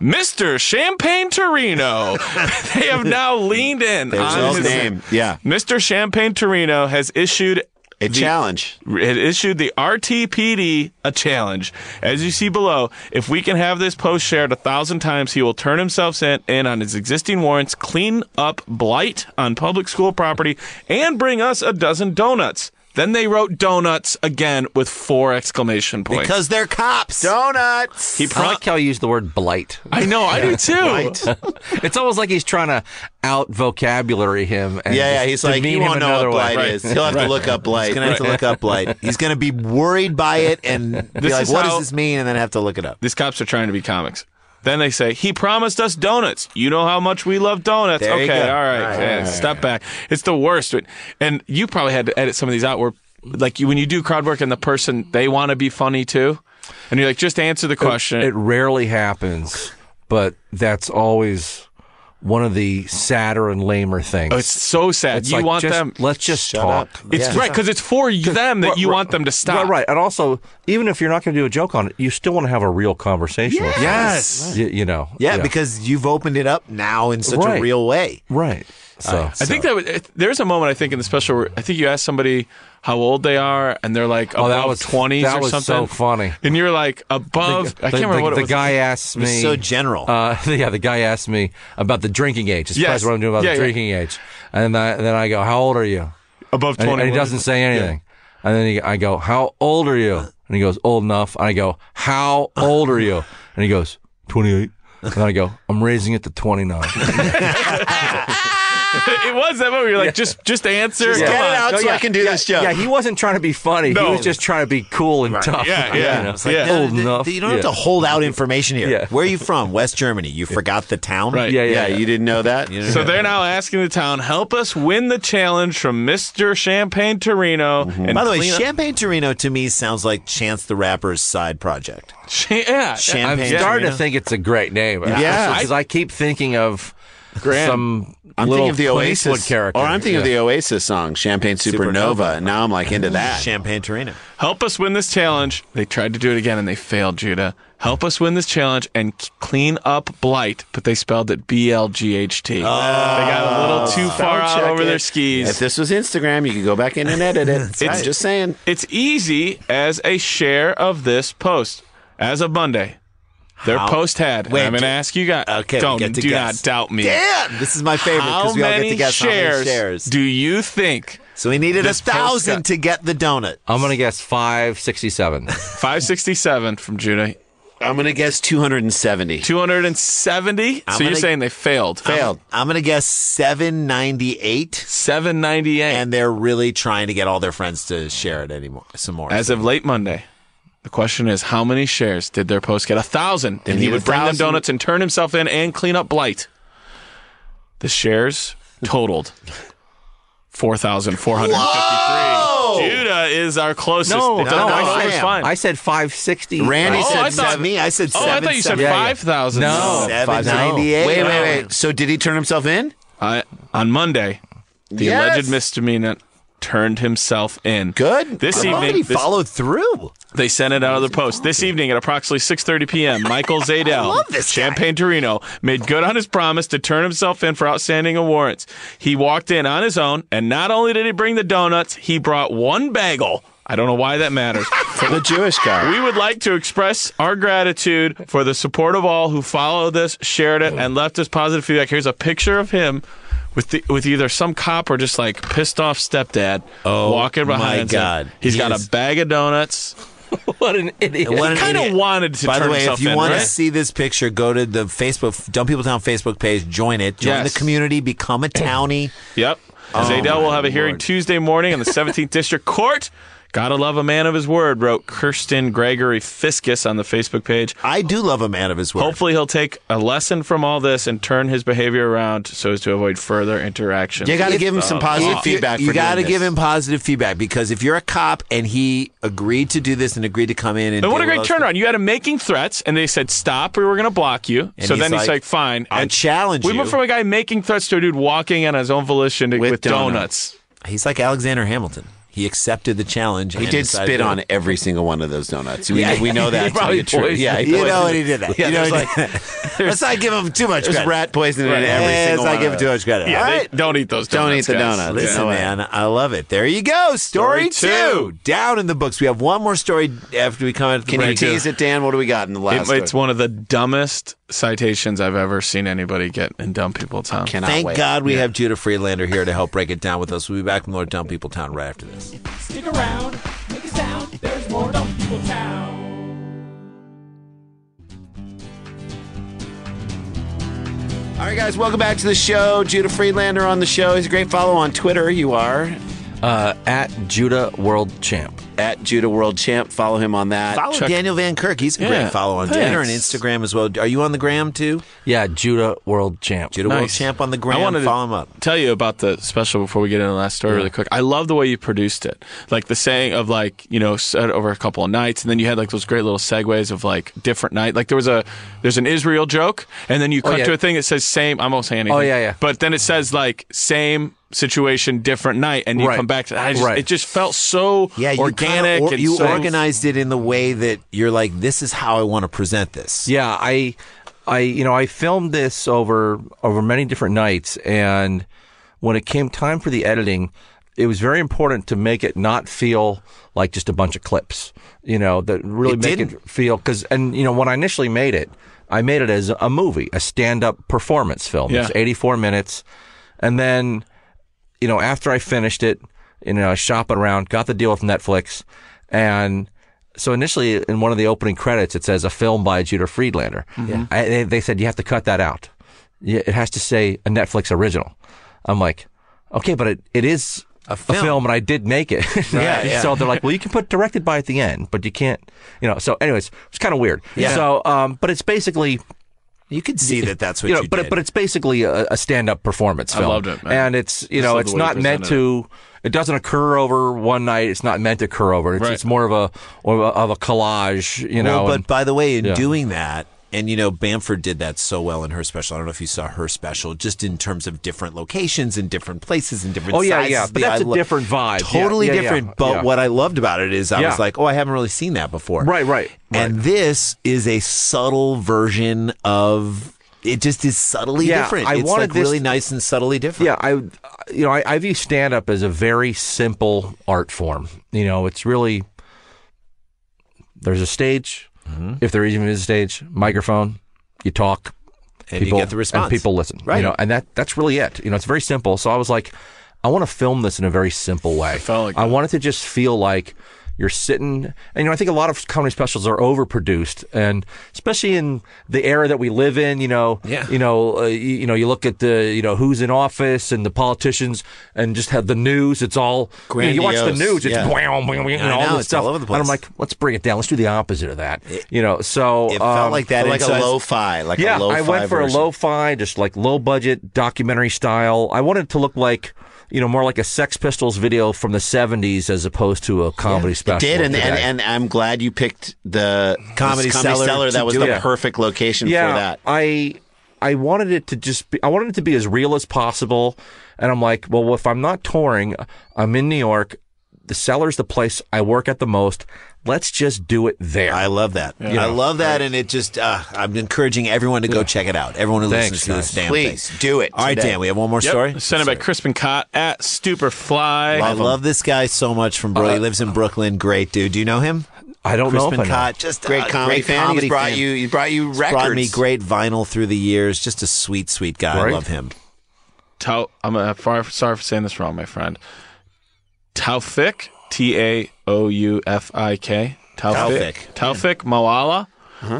Mr. Champagne Torino. they have now leaned in.
There's
on
no
his
name. Yeah.
Mr. Champagne Torino has issued
a challenge.
had issued the RTPD a challenge. As you see below, if we can have this post shared a thousand times, he will turn himself in, in on his existing warrants, clean up blight on public school property, and bring us a dozen donuts. Then they wrote donuts again with four exclamation points.
Because they're cops.
Donuts.
he
I
pro-
like how you use the word blight.
I know, I do too.
It's almost like he's trying to out vocabulary him. And
yeah, yeah.
just
He's like,
demean
you
him
won't know
another
what
way.
blight
Right.
is. He'll have to look up blight.
He's gonna have to look up blight. He's gonna be worried by it and be
This
like,
is
"What
how-
does this mean?" And then have to look it up.
These cops are trying to be comics. Then they say, he promised us donuts. You know how much we love donuts.
There
okay,
you go.
all right. yeah, step back. It's the worst. And you probably had to edit some of these out where, like, you, when you do crowd work and the person, they want to be funny too. And you're like, just answer the question.
It rarely happens, but that's always one of the sadder and lamer things.
Oh, it's so sad.
It's
you
like,
want
just-
them.
Let's just talk.
It's right, 'cause right because it's for you- them that you want them to stop.
Right, right. And also, even if you're not going to do a joke on it, you still want to have a real conversation. Yes.
Yes.
You, you know.
Yeah, because you've opened it up now in such
Right.
a real way.
Right. So,
I think that was, it- there's a moment I think in the special where I think you ask somebody how old they are and they're like
Oh,
above
that was-
20s
that
or
was so
something.
funny.
And you're like above. I can't
the,
remember
the,
what it
the
was.
guy asked me.
It's so general.
Uh, yeah, the guy asked me about the drinking age. It's
Yes.
yes. what I'm doing about
Yeah,
the
yeah.
drinking age. And then I, then I go, how old are you?
above
And,
20.
and he doesn't say anything. And then he, I go, how old are you? And he goes, old enough. And I go, how old are you? And he goes, 28. And I go, I'm raising it to 29.
it was that moment. You're like, just just answer.
Just
Come
get
on.
it out so I can do this joke.
yeah, he wasn't trying to be funny.
No.
He was just trying to be cool and tough.
Yeah,
you
yeah.
know.
It's like, Yeah.
old enough.
You don't
Yeah.
have to hold out information here.
Yeah.
Where are you from? West Germany. You forgot the town.
Right.
Yeah,
yeah,
yeah, yeah.
you didn't know that.
So they're now asking the town, help us win the challenge from Mr. Champagne Torino. And
By the way,
clean up-
Champagne Torino to me sounds like Chance the Rapper's side project.
Cha- yeah.
I'm
Champagne
starting
Torino.
to think it's a great name.
Yeah.
because I, keep thinking of
Grand.
some
I'm
little
thinking of the
Clint
Oasis
Eastwood character,
or I'm thinking of the Oasis song, Champagne Supernova.
Supernova.
And now I'm like into that.
Champagne Torino.
Help us win this challenge. They tried to do it again and they failed, Judah. Help us win this challenge and c- clean up blight, but they spelled it B L G H T. They got a little too far
I'll
out
check
over
it.
their skis.
If this was Instagram, you could go back in and edit it. it's,
right.
just saying.
It's easy as a share of this post. As of Monday, They're
How-
post had.
Wait,
I'm going
do-
to ask you guys.
Okay, we
don't
get to
do
guess.
not doubt me.
Damn, this is my favorite
How
because we all get
many
to guess
shares,
how many shares.
do you think?
so we needed a
this post
thousand
got- Oh,
to get the donut.
I'm gonna guess five sixty-seven.
567 from Judah.
I'm going to guess 270.
270.
I'm
so you're
gonna-
saying they failed?
Failed.
I'm gonna guess seven ninety eight,
798
and they're really trying to get all their friends to share it anymore some more.
as of late Monday. The question is, how many shares did their post get? A thousand. And he
need
would
a
bring them
thousand.
donuts and turn himself in and clean up blight. The shares totaled 4,453. Judah is our closest.
No,
It doesn't-
no,
I know
I
it's
am.
fine.
I said five sixty.
Randy
Oh,
said
I
Not
thought-
me, I said
Oh, I
seven.
thought you said Oh,
yeah.
5,000.
No.
seven
Five, no.
ninety eight.
Wait, wait, wait. So did he turn himself in?
I, on Monday, the
Yes.
alleged misdemeanor turned himself in.
Good.
This
I'm glad
evening,
he
this-
followed through.
They sent it out of the post this evening at approximately 6:30 p.m. Michael Zadel,
this guy.
Champagne Torino, made good on his promise to turn himself in for outstanding warrants. He walked in on his own, and not only did he bring the donuts, he brought one bagel. I don't know why that matters.
The Jewish guy.
We would like to express our gratitude for the support of all who followed this, shared it, and left us positive feedback. Here's a picture of him with the, with either some cop or just like pissed off stepdad
Oh,
walking
my
behind. him.
God.
he's
He
got
is-
a bag of donuts.
What an idiot!
What an
Kind of
idiot.
wanted to
By
turn
the way,
himself
if you
in,
want to
right?
see this picture, go to the Facebook Dumb People Town Facebook page, join it, join
Yes.
the community, become a townie.
Yep. Zadell will have a hearing Tuesday morning in the 17th District Court. Gotta love a man of his word, wrote Kirsten Gregory Fiskus on the Facebook page.
I do love a man of his word.
Hopefully, he'll take a lesson from all this and turn his behavior around so as to avoid further interaction.
You got to give him some positive
If you-
feedback.
You,
for
got to
doing this.
give him positive feedback because if you're a cop and he agreed to do this and agreed to come in and,
But what
deal
a great
with those-
turnaround. You had him making threats, and they said, Stop, we were going to block you.
And
so
he's
then he's
like,
like, Fine.
"I
And
challenge
We
you."
went from a guy making threats to a dude walking on his own volition to, with,
With
donuts.
He's like Alexander Hamilton. He accepted the challenge.
He did spit on every single one of those donuts. We, we know that. to
probably
be true.
poisoned.
Yeah,
You know
poisoned-
what he did that.
Yeah,
you know
there's
what he did that. Let's not give him too much
There's
credit.
rat poison in every
Let's
single
not
one.
give
of
him too
those.
much credit.
Yeah,
All
they-
right.
don't eat those
Don't
donuts.
eat the
guys.
donuts.
Listen,
Yeah.
man, I love it. There you go. Story,
Story
two. Down in the books. We have one more story after we come out of the
Can you
break.
tease it, Dan? What do we got in the last?
It- it's
story?
one of the dumbest citations I've ever seen anybody get in dumb people town.
Cannot
Thank
wait.
God we have Judah Friedlander here to help break it down with us. We'll be back from Lord Dumb People Town right after this.
Stick around, make a sound, there's more Dumb People Town.
All right, guys, welcome back to the show. Judah Friedlander on the show. He's a great follow on Twitter. You are
Uh, at Judah World Champ.
at Judah World Champ. Follow him on that.
Follow Daniel Van Kirk. He's a
Yeah,
great follow on
thanks.
Twitter and Instagram as well. Are you on the gram too?
Yeah, Judah World Champ.
Judah World
Nice.
Champ on the
I
gram.
wanted to
Follow him up.
tell you about the special before we get into the last story really quick. I love the way you produced it. Like the saying of like, you know, said over a couple of nights and then you had like those great little segues of like different night. Like there was a there's an Israel joke and then you
Oh,
cut
yeah.
to a thing that says same I'm almost saying anything.
Oh, yeah, yeah.
But then it says like same situation, different night and you
Right.
come back to I just,
Right.
it just felt so
Yeah, you
organic
kinda or-
and
you
so,
organized it in the way that you're like, this is how I want to present this.
Yeah, I, I, you know, I filmed this over over many different nights, and when it came time for the editing, it was very important to make it not feel like just a bunch of clips. You know, that really
It
make
didn't.
it feel because, and you know, when I initially made it, I made it as a movie, a stand-up performance film. It's
Yeah.
84 minutes, and then you know, after I finished it, you know, I shopping around, got the deal with Netflix, and so initially in one of the opening credits, it says a film by Judah Friedlander. I, they, they said you have to cut that out. Yeah, It has to say a Netflix original. I'm like, okay, but it, it is a film. and I did make it. yeah, So they're like, well, you can put directed by at the end, but you can't, you know. So, anyways, it's kind of weird. Yeah. So, um, but it's basically
You could see that that's what
you
you,
know, but
did.
but it's basically a, a stand-up performance film.
loved it, man.
and it's you know
love
it's
the way you
not meant
presented
to. It doesn't occur over one night. It's not meant to occur over. It's,
Right.
it's more of a, of a of a collage, you know.
Well, but
and-
by the way, in doing that, and you know, Bamford did that so well in her special. I don't know if you saw her special, just in terms of different locations and different places and different.
Oh, yeah,
sizes.
yeah, but
The-
that's
I
a different vibe. Yeah,
totally
yeah, yeah,
different. But
yeah.
what I loved about it is I
Yeah.
was like, oh, I haven't really seen that before.
Right, right,
And this is a subtle version of. It just is subtly
Yeah,
different.
I
it's
wanted
like
this-
really nice and subtly different.
yeah, I you know I, I view stand-up as a very simple art form. You know, it's really there's a stage,
Mm-hmm.
if there even is a stage, microphone, you talk,
And you get the response.
and people listen,
Right.
You know, and that that's really it. You know, it's very simple. So I was like, I want to film this in a very simple way. I
felt like
I wanted to just feel like you're sitting, and you know, I think a lot of comedy specials are overproduced, and especially in the era that we live in, you know,
Yeah.
you know, uh, you, you know, you look at the, you know, who's in office and the politicians, and just have the news. It's all you, know, you watch the
Grandiose,
news. It's
yeah.
wow, wow, wow, you
I
know, all
know,
this
it's all
stuff.
over the
And I'm
place.
like, let's bring it down. Let's do the opposite of that. you know, so
It felt
um,
like that.
like
inside-
a lo-fi, like
yeah,
a lo-fi
I went for
version.
a lo-fi, just like low-budget documentary style. I wanted it to look like, you know, more like a Sex Pistols video from the '70s as opposed to a comedy special.
It did, and,
today.
and and I'm glad you picked the
Comedy
this comedy
Cellar
cellar.
to
That was
do
the
it.
perfect location
yeah,
for that.
I I wanted it to just be I wanted it to be as real as possible. And I'm like, well, if I'm not touring, I'm in New York. The cellar's the place I work at the most. Let's just do it there.
I love that. I love that, and it just uh, I'm encouraging everyone to go check it out. Everyone who listens
Thanks,
to this
guys.
damn
Please
thing.
do it
All right,
today.
Dan, we have one more story.
Sent in by Crispin Cott at Stuperfly.
I love this guy so much from Brooklyn. he lives in Brooklyn. Great dude. Do you know him?
Uh, I don't know if I
Crispin
know.
Cott, just a
Great comedy
Uh, great
fan.
comedy
He's brought
fan.
you. He brought you records.
brought me great vinyl through the years. Just a sweet, sweet guy. I
Right.
love him.
Tau, I'm uh, far, sorry for saying this wrong, my friend. Taufik, T A O U F I K.
Taufik.
Taufik. Taufik Malala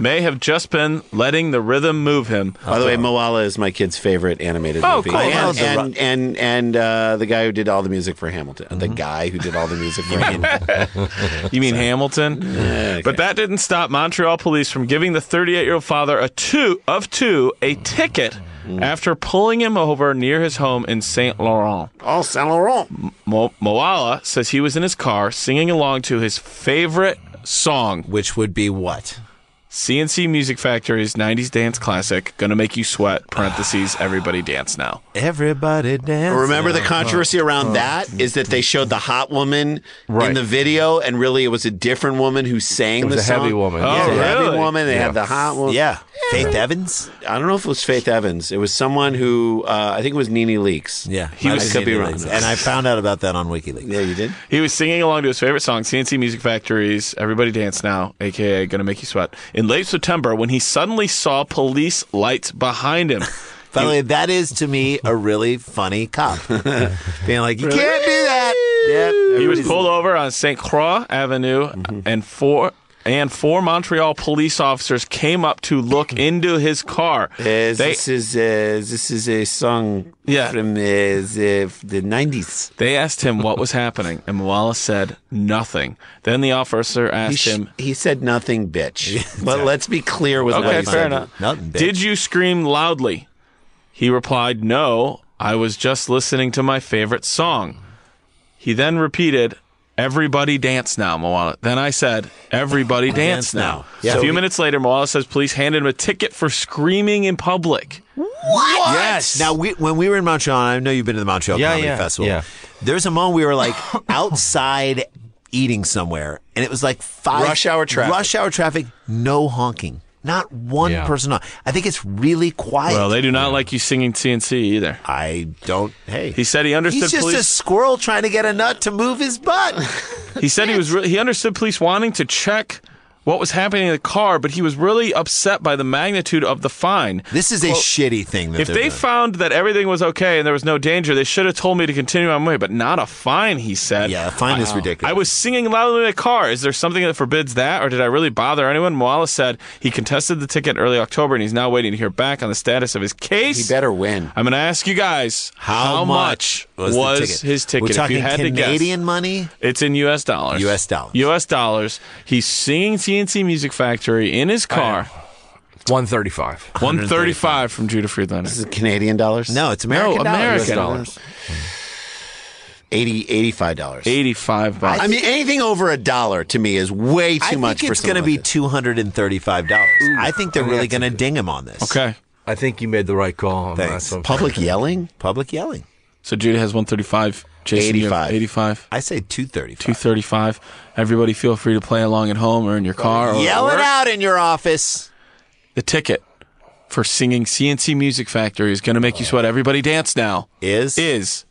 may have just been letting the rhythm move him.
By the way, Moala is my kid's favorite animated
Oh,
movie.
cool.
And
Moala's a
and and, and uh, the guy who did all the music for Hamilton. The
Mm-hmm.
guy who did all the music for Hamilton.
You mean Hamilton? But that didn't stop Montreal police from giving the 38 year old father a two of two a ticket after pulling him over near his home in Saint Laurent.
Oh, Saint Laurent.
Mo- Moala says he was in his car singing along to his favorite song.
Which would be what?
CNC Music Factory's 90s dance classic, Gonna Make You Sweat, parentheses, everybody dance now.
Everybody dance.
Remember the controversy around that is that they showed the hot woman in
Right.
the video, and really it was a different woman who sang
It was
the
a heavy
song.
woman.
Yeah,
Oh,
a heavy
really?
woman. They had the hot woman.
Yeah, Faith Evans.
I don't know if it was Faith Evans. It was someone who uh, I think it was Nene Leakes.
Yeah,
He
I
was-
like
could be
Nene
wrong.
Leakes. And I found out about that on WikiLeaks.
Yeah, you did.
He was singing along to his favorite song, CNC Music Factory's Everybody Dance Now, aka Gonna Make You Sweat, in late September when he suddenly saw police lights behind him.
By the way, that is to me a really funny cop being like, "You can't do that." Yeah,
He was pulled over on St. Croix Avenue, and four and four Montreal police officers came up to look into his car.
Uh,
They-
this is uh, this is a song
Yeah.
from uh, the the nineties.
They asked him what was happening, and Moala said nothing. Then the officer
He,
asked
sh-
him,
he said nothing, bitch. But let's be clear with what
Okay,
he
fair
said.
enough.
Nothing. Bitch.
Did you scream loudly? He replied, No, I was just listening to my favorite song. He then repeated, Everybody dance now, Moana. Then I said, Everybody dance,
Dance now.
now.
Yeah.
a few
So-
minutes later, Moana says police handed him a ticket for screaming in public.
Yes. Now, we, when we were in Montreal, and I know you've been to the Montreal
Yeah,
Comedy
yeah,
Festival.
yeah.
There's a moment we were like outside eating somewhere, and it was like five
Rush hour traffic.
Rush hour traffic, no honking, not one
Yeah.
person. hon- I think it's really quiet.
Well, they do not like you singing CNC either.
I don't. Hey,
He said he understood
he's just
police.
a squirrel trying to get a nut to move his butt.
He said he was re- he understood police wanting to check what was happening in the car, but he was really upset by the magnitude of the fine.
this is a shitty thing. That
If
they're
they
doing.
found that everything was okay and there was no danger, they should have told me to continue on my way, but not a fine, he said.
yeah, the fine is ridiculous.
I was singing loudly in the car. Is there something that forbids that, or did I really bother anyone? Moala said he contested the ticket early October and he's now waiting to hear back on the status of his
He
case.
better win.
I'm going to ask you guys
How,
much was,
the
his ticket?
We're
if
talking
you had to guess.
Canadian money.
It's in U.S. dollars.
US dollars.
U.S. dollars. He's singing CNC Music Factory in
Oh,
his car.
One thirty-five.
135 from Judah Friedlander.
This is Canadian dollars.
No, it's
No,
American. dollars.
American
dollars.
dollars.
80 85 dollars.
85 bucks.
I mean, anything over a dollar to me is way too
I
much.
think
for
it's going to
someone
be
like this.
two hundred and thirty-five dollars. I think they're really going to ding him on this.
okay.
I think you made the right call. on that.
Thanks.
So-
public yelling.
Public yelling.
So Judah has 135. Jason, 85.
85.
85.
I say two thirty-five.
235. Everybody feel free to play along at home or in your car. Or
Yell
or-
it out in your office.
The ticket for singing CNC Music Factory is going to make you sweat. Everybody dance now.
Is
Is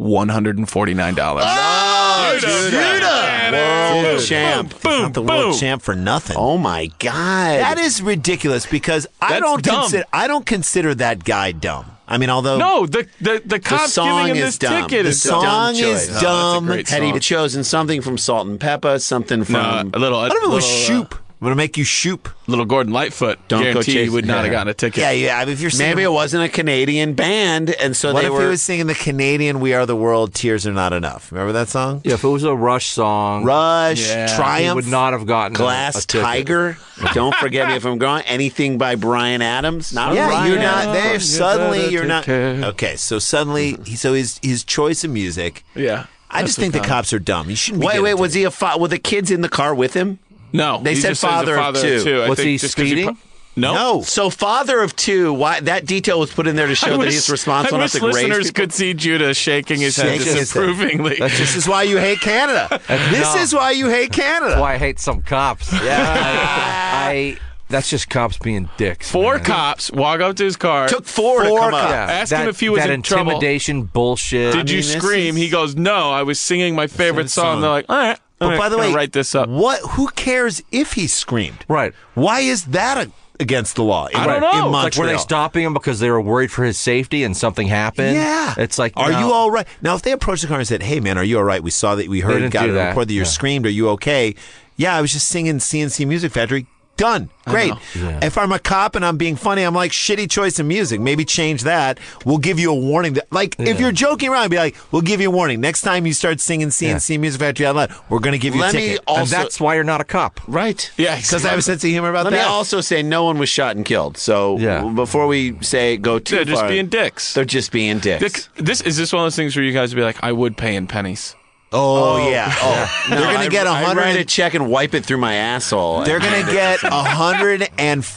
$149.
Ah! Judah. World champ.
Boom,
Not the
boom.
world champ for nothing.
Oh my God.
That is ridiculous because I
That's
don't
dumb.
consider I don't consider that guy dumb. I mean, although
No, the the the cops
song
giving him
is
this
dumb.
ticket
The
is
song-
dumb. Oh,
song
choice.
is
No, that's a
dumb,
great
Had he chosen something from Salt and Pepper, something
No,
from
a little.
I don't know,
little,
it was Shoop. I'm gonna make you Shoop.
little Gordon Lightfoot.
Don't go
guarantee he
chasing-
would not have
yeah.
gotten a ticket.
Yeah, yeah. I mean, if you're singing,
Maybe it wasn't a Canadian band, and so
what
they
if
were.
he was singing the Canadian "We Are the World"? Tears are not enough. Remember that song?
Yeah, if it was a Rush song,
Rush,
Yeah, he
Triumph,
he would not have gotten a-
Oh,
a
Glass
ticket.
Tiger.
don't forget me if I'm wrong. Anything by Brian Adams? Not
Yeah,
Brian
you're not
Adams.
there. Suddenly,
better
you're
take
not.
care.
Okay, so suddenly, he- so his his choice of music.
Mm-hmm. Yeah.
I just think the cops are dumb. You shouldn't. Be
Wait,
getting
wait.
tickets.
Was he a fa- were the kids in the car with him?
No,
They
he
said
just says
father
the
of
father of
two.
two. I
Was
think
he
just 'cause
speeding?
pro- no.
No.
So father of two. Why that detail was put in there to show
I
that
wish-
he's responsible
I
enough
wish
to graze
listeners
people?
could see Judah shaking his head
Shaking his head.
disapprovingly.
This is why you hate Canada. this
dumb.
is why you hate Canada.
why I hate some cops. Yeah, I, I- that's just cops being dicks.
Four
man.
cops walk up to his car.
Took four,
Four
to come
cops.
up.
Yeah,
Ask
that,
him if he was
that
in trouble.
intimidation bullshit.
Did
I
you
mean, this
scream?
is-
He goes, "No, I was singing my favorite song."
song.
They're like, "All right." all
But
right,
by the
gonna
way,
write this up.
What? Who cares if he screamed?
Right.
Why is that a, against the law? In,
I don't
in
know. It's like,
Like, were
Montreal?
they stopping him because they were worried for his safety and something happened?
Yeah.
It's like,
are
no.
you all right? Now, if they approached the car and said, "Hey, man, are you all right? We saw that we heard,
didn't
got a
do that.
report that you
Yeah.
screamed. Are you okay?" Yeah, I was just singing CNC Music Factory. Done. Great. If I'm a cop and I'm being funny, I'm like, shitty choice of music. Maybe change that. We'll give you a warning. That, like, if you're joking around, be like, we'll give you a warning. Next time you start singing CNC Music Factory out loud, we're going to give you
Let
a
me
ticket.
al-
And
also-
that's why you're not a cop.
Right.
Yeah,
Because I have a sense of humor about
Let me
that.
also say no one was shot and killed. So
Yeah.
before we say go too
They're just
far,
being dicks.
They're just being dicks.
Dick- This is this one of those things where you guys would be like, "I would pay in pennies."
oh, yeah. Oh.
No,
they're going
I-
to get a
I
hundred.
write a check and wipe it through my asshole.
They're going to get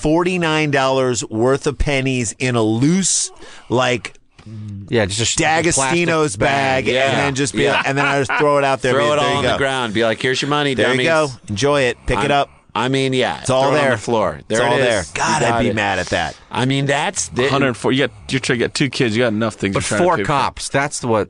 $149 worth of pennies in a loose, like,
Yeah, just a sh-
D'Agostino's
plastic
bag,
Yeah.
and then just be,
Yeah.
and then I just throw it out there.
throw
Be-
it
there
all
you
on
go.
the ground. Be like, here's your money,
There
dummies.
you go. Enjoy it. Pick it
I'm-
up.
I mean, yeah,
It's all
throw it
there.
on the floor. There
it's all
it
there.
is.
God,
You got
I'd be
it.
mad at that.
I mean, that's the,
104. You got you're trying to get two kids. You got enough things.
But
you're trying to
four
pay for.
cops. That's what.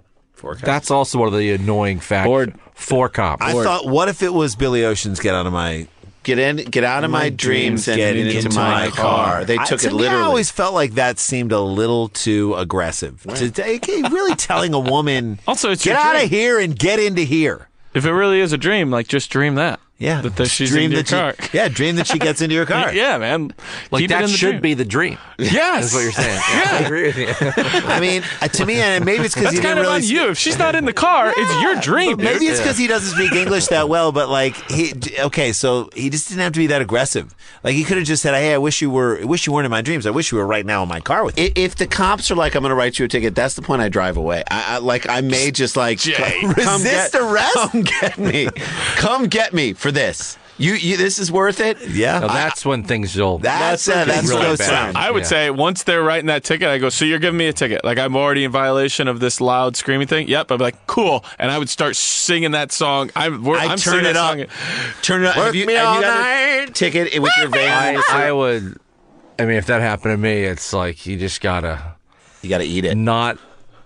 That's also one of the annoying facts.
Or-
four cops.
I thought, what if it was Billy Ocean's "Get Out of My"?
get in, get out of my, dreams and
get
into, my car. They
I-
took
to
it
me,
literally.
I always felt like that seemed a little too aggressive. To, to- really telling a woman,
Also, it's
get
your
out
dream."
of here and get into here.
If it really is a dream, like just dream that.
Yeah,
That the, she's in your
that
car.
She, yeah, dream that she gets into your car.
Yeah, man.
like
Keep it
that
in the
should
dream.
be the dream. That's
Yes.
what you're saying. I agree with you.
I mean, uh, to me, and maybe it's because
That's
he didn't
kind of
really
on you. If she's not in the car, it's your dream. dude.
Maybe it's because he doesn't speak English that well, but like he okay, so he just didn't have to be that aggressive. Like he could have just said, "Hey, I wish you were, I wish you weren't in my dreams. I wish you were right now in my car with me."
I- if the cops are like, I'm going to write you a ticket, that's the point I drive away. I, I like, I may just like come
Resist
get-
arrest?
Come get me, come get me for this. You, you, this is worth it.
Yeah,
Now, that's when things will.
that's that's, that's
really
goes
bad.
down.
I would
Yeah.
say once they're writing that ticket, I go, So you're giving me a ticket. Like, I'm already in violation of this loud screaming thing. Yep. I'd be like, Cool. And I would start singing that song. I'm, we're,
I
am
turn it up.
Turn it on.
Work me all
a ticket with your van?
I, I would. I mean, if that happened to me, it's like you just gotta
you got to eat it.
not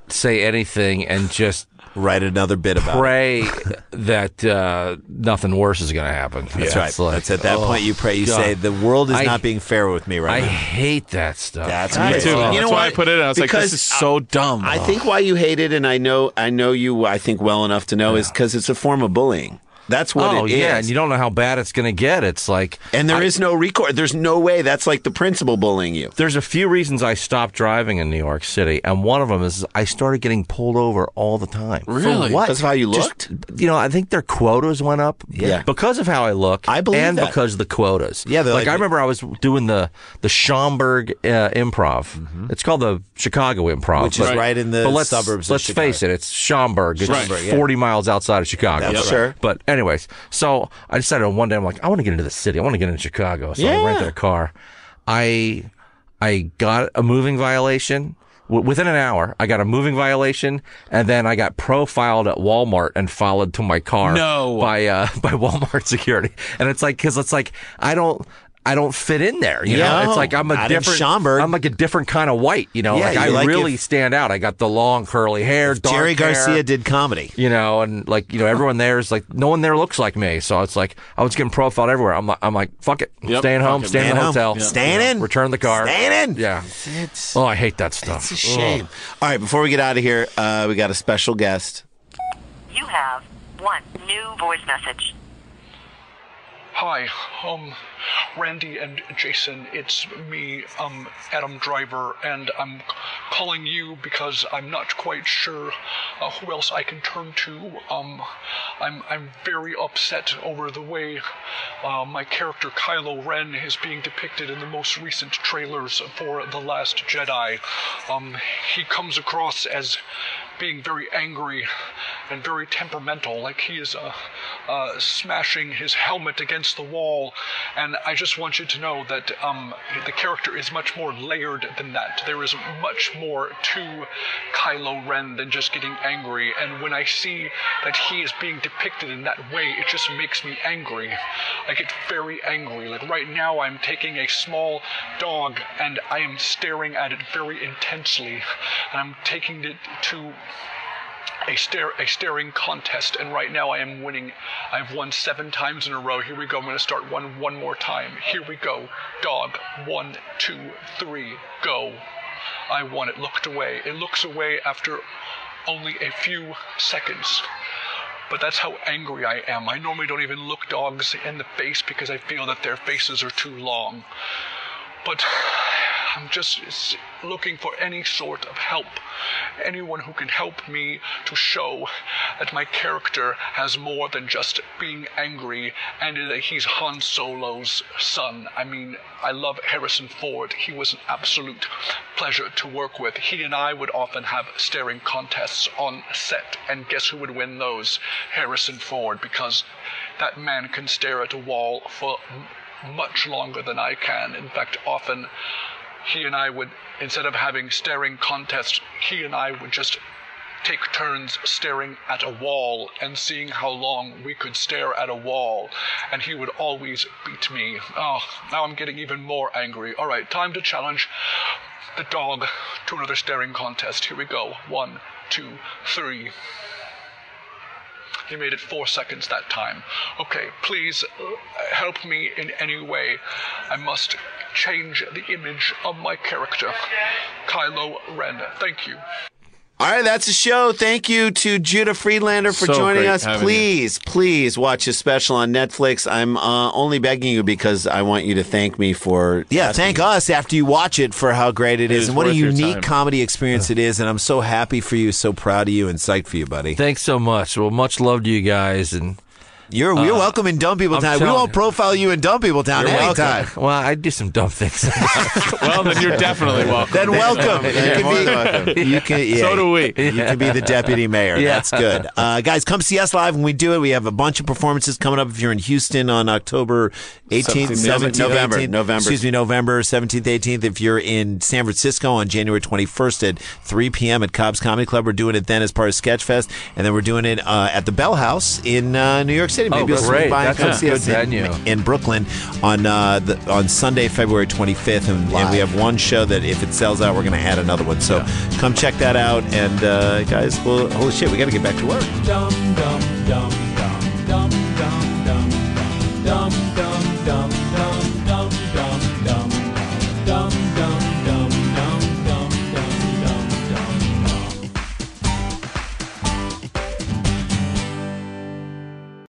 say anything and just
Write another bit about. it.
pray that uh, nothing worse is gonna happen.
That's right. that's at that point you pray. You
Oh, God.
say, "The world is
I-
not being fair with me
I
right now."
hate that stuff.
That's
Me
right.
too.
You
That's
know
why I
what?
put it in. I was like,
Because
This is so dumb.
I think why you hate it, and I know, I know you. I think well enough to know is because it's a form of bullying. That's what
oh
it is.
yeah, and you don't know how bad it's gonna get. It's like
And there is no record. There's no way. That's like the principal bullying you.
there's a few reasons I stopped driving in New York City, and one of them is I started getting pulled over all the time.
Really?
What? That's how you looked.
Just you know, I think their quotas went up.
Yeah.
because of how I look.
I believe
and
that.
because of the quotas.
Yeah, they're
like,
like-
I remember I was doing the the Schaumburg uh, Improv.
Mm-hmm.
It's called the Chicago Improv,
Which is
but-
right in the
but let's,
suburbs of
Let's
Chicago.
face it, it's Schaumburg. It's
Schaumburg,
yeah.
forty miles outside of Chicago.
That's
Yep. right. Sure.
But anyways, so I decided on one day I'm like, I want to get into the city. I want to get into Chicago. So I rented a car. I I got a moving violation. W- Within an hour, I got a moving violation, and then I got profiled at Walmart and followed to my car.
No.
by uh, by Walmart security, and it's like because it's like I don't. I- I don't fit in there. You
Yeah.
know, it's like I'm a
Adam
different
Schomberg.
I'm like a different kind of white. You know,
Yeah,
like I
you're like
really
if-
stand out. I got the long curly hair. Dark
Jerry
hair,
Garcia did comedy.
You know, and like you know, everyone there is like no one there looks like me. So it's like I was getting profiled everywhere. I'm like, I'm like, fuck it, I'm
Yep,
staying
fuck
home,
it,
staying in the
man.
hotel,
Yeah. Staying in.
return the car,
Staying in.
Yeah.
It's,
Oh, I hate that stuff.
it's a shame. All right, before we get out of here, uh, we got a special guest.
You have one new voice message.
Hi, um, Randy and Jason, it's me, um, Adam Driver, and I'm calling you because I'm not quite sure uh, who else I can turn to. Um, I'm I'm very upset over the way uh, my character Kylo Ren is being depicted in the most recent trailers for The Last Jedi. Um, he comes across as being very angry and very temperamental, like he is uh, uh, smashing his helmet against the wall. And I just want you to know that um, the character is much more layered than that. There is much more to Kylo Ren than just getting angry. And when I see that he is being depicted in that way, it just makes me angry. I get very angry. Like right now, I'm taking a small dog and I am staring at it very intensely. And I'm taking it to a stare a staring contest and right now I am winning. I've won seven times in a row. Here we go. I'm gonna start one one more time. Here we go. Dog. One, two, three, go. I won. It looked away. It looks away after only a few seconds. But that's how angry I am. I normally don't even look dogs in the face because I feel that their faces are too long. But I'm just s- looking for any sort of help. Anyone who can help me to show that my character has more than just being angry and that he's Han Solo's son. I mean, I love Harrison Ford. He was an absolute pleasure to work with. He and I would often have staring contests on set, and guess who would win those? Harrison Ford, because that man can stare at a wall for much longer than I can. In fact, often he and I would, instead of having staring contests, he and I would just take turns staring at a wall and seeing how long we could stare at a wall. And he would always beat me. Oh, now I'm getting even more angry. All right, time to challenge the dog to another staring contest. Here we go. One, two, three. He made it four seconds that time. Okay, please uh, help me in any way. I must change the image of my character, Kylo Ren. Thank you.
All right, that's the show. Thank you to Judah Friedlander for
So
joining
great
us.
having you.
Please, please watch his special on Netflix. I'm uh, only begging you because I want you to thank me for
Yeah, thank us after you watch it for how great it is,
is
and what a
worth your
unique
time.
comedy experience it is. And I'm so happy for you, so proud of you, and psyched for you, buddy.
Thanks so much. Well, much love to you guys, and
You're you're
Uh,
welcome in Dumb People
I'm
Town. We
telling
won't
you.
profile you in Dumb People Town anytime.
Well, I do some dumb things.
Well, then you're definitely welcome.
Then welcome. You
Yeah, more than
can be. You can. yeah.
So do we.
You can be the deputy mayor. That's good. Uh, guys, come see us live when we do it. We have a bunch of performances coming up. If you're in Houston on October 18th, 17th,
November,
18th,
November.
Excuse me, November 17th, 18th. If you're in San Francisco on January 21st at 3 p.m. at Cobb's Comedy Club, we're doing it then as part of Sketchfest. And then we're doing it uh, at the Bell House in uh, New York City.
Oh,
Maybe you'll
great.
swing by and
That's
come
a
see
good
us in-
venue.
in Brooklyn on uh, the, on Sunday, February 25th, and, and we have one show that if it sells out, we're going to add another one. So come check that out, and uh, guys, well, holy shit, we got to get back to work.
dum dum dum dum dum dum dum dum dum dum dum dum dum dum dum dum dum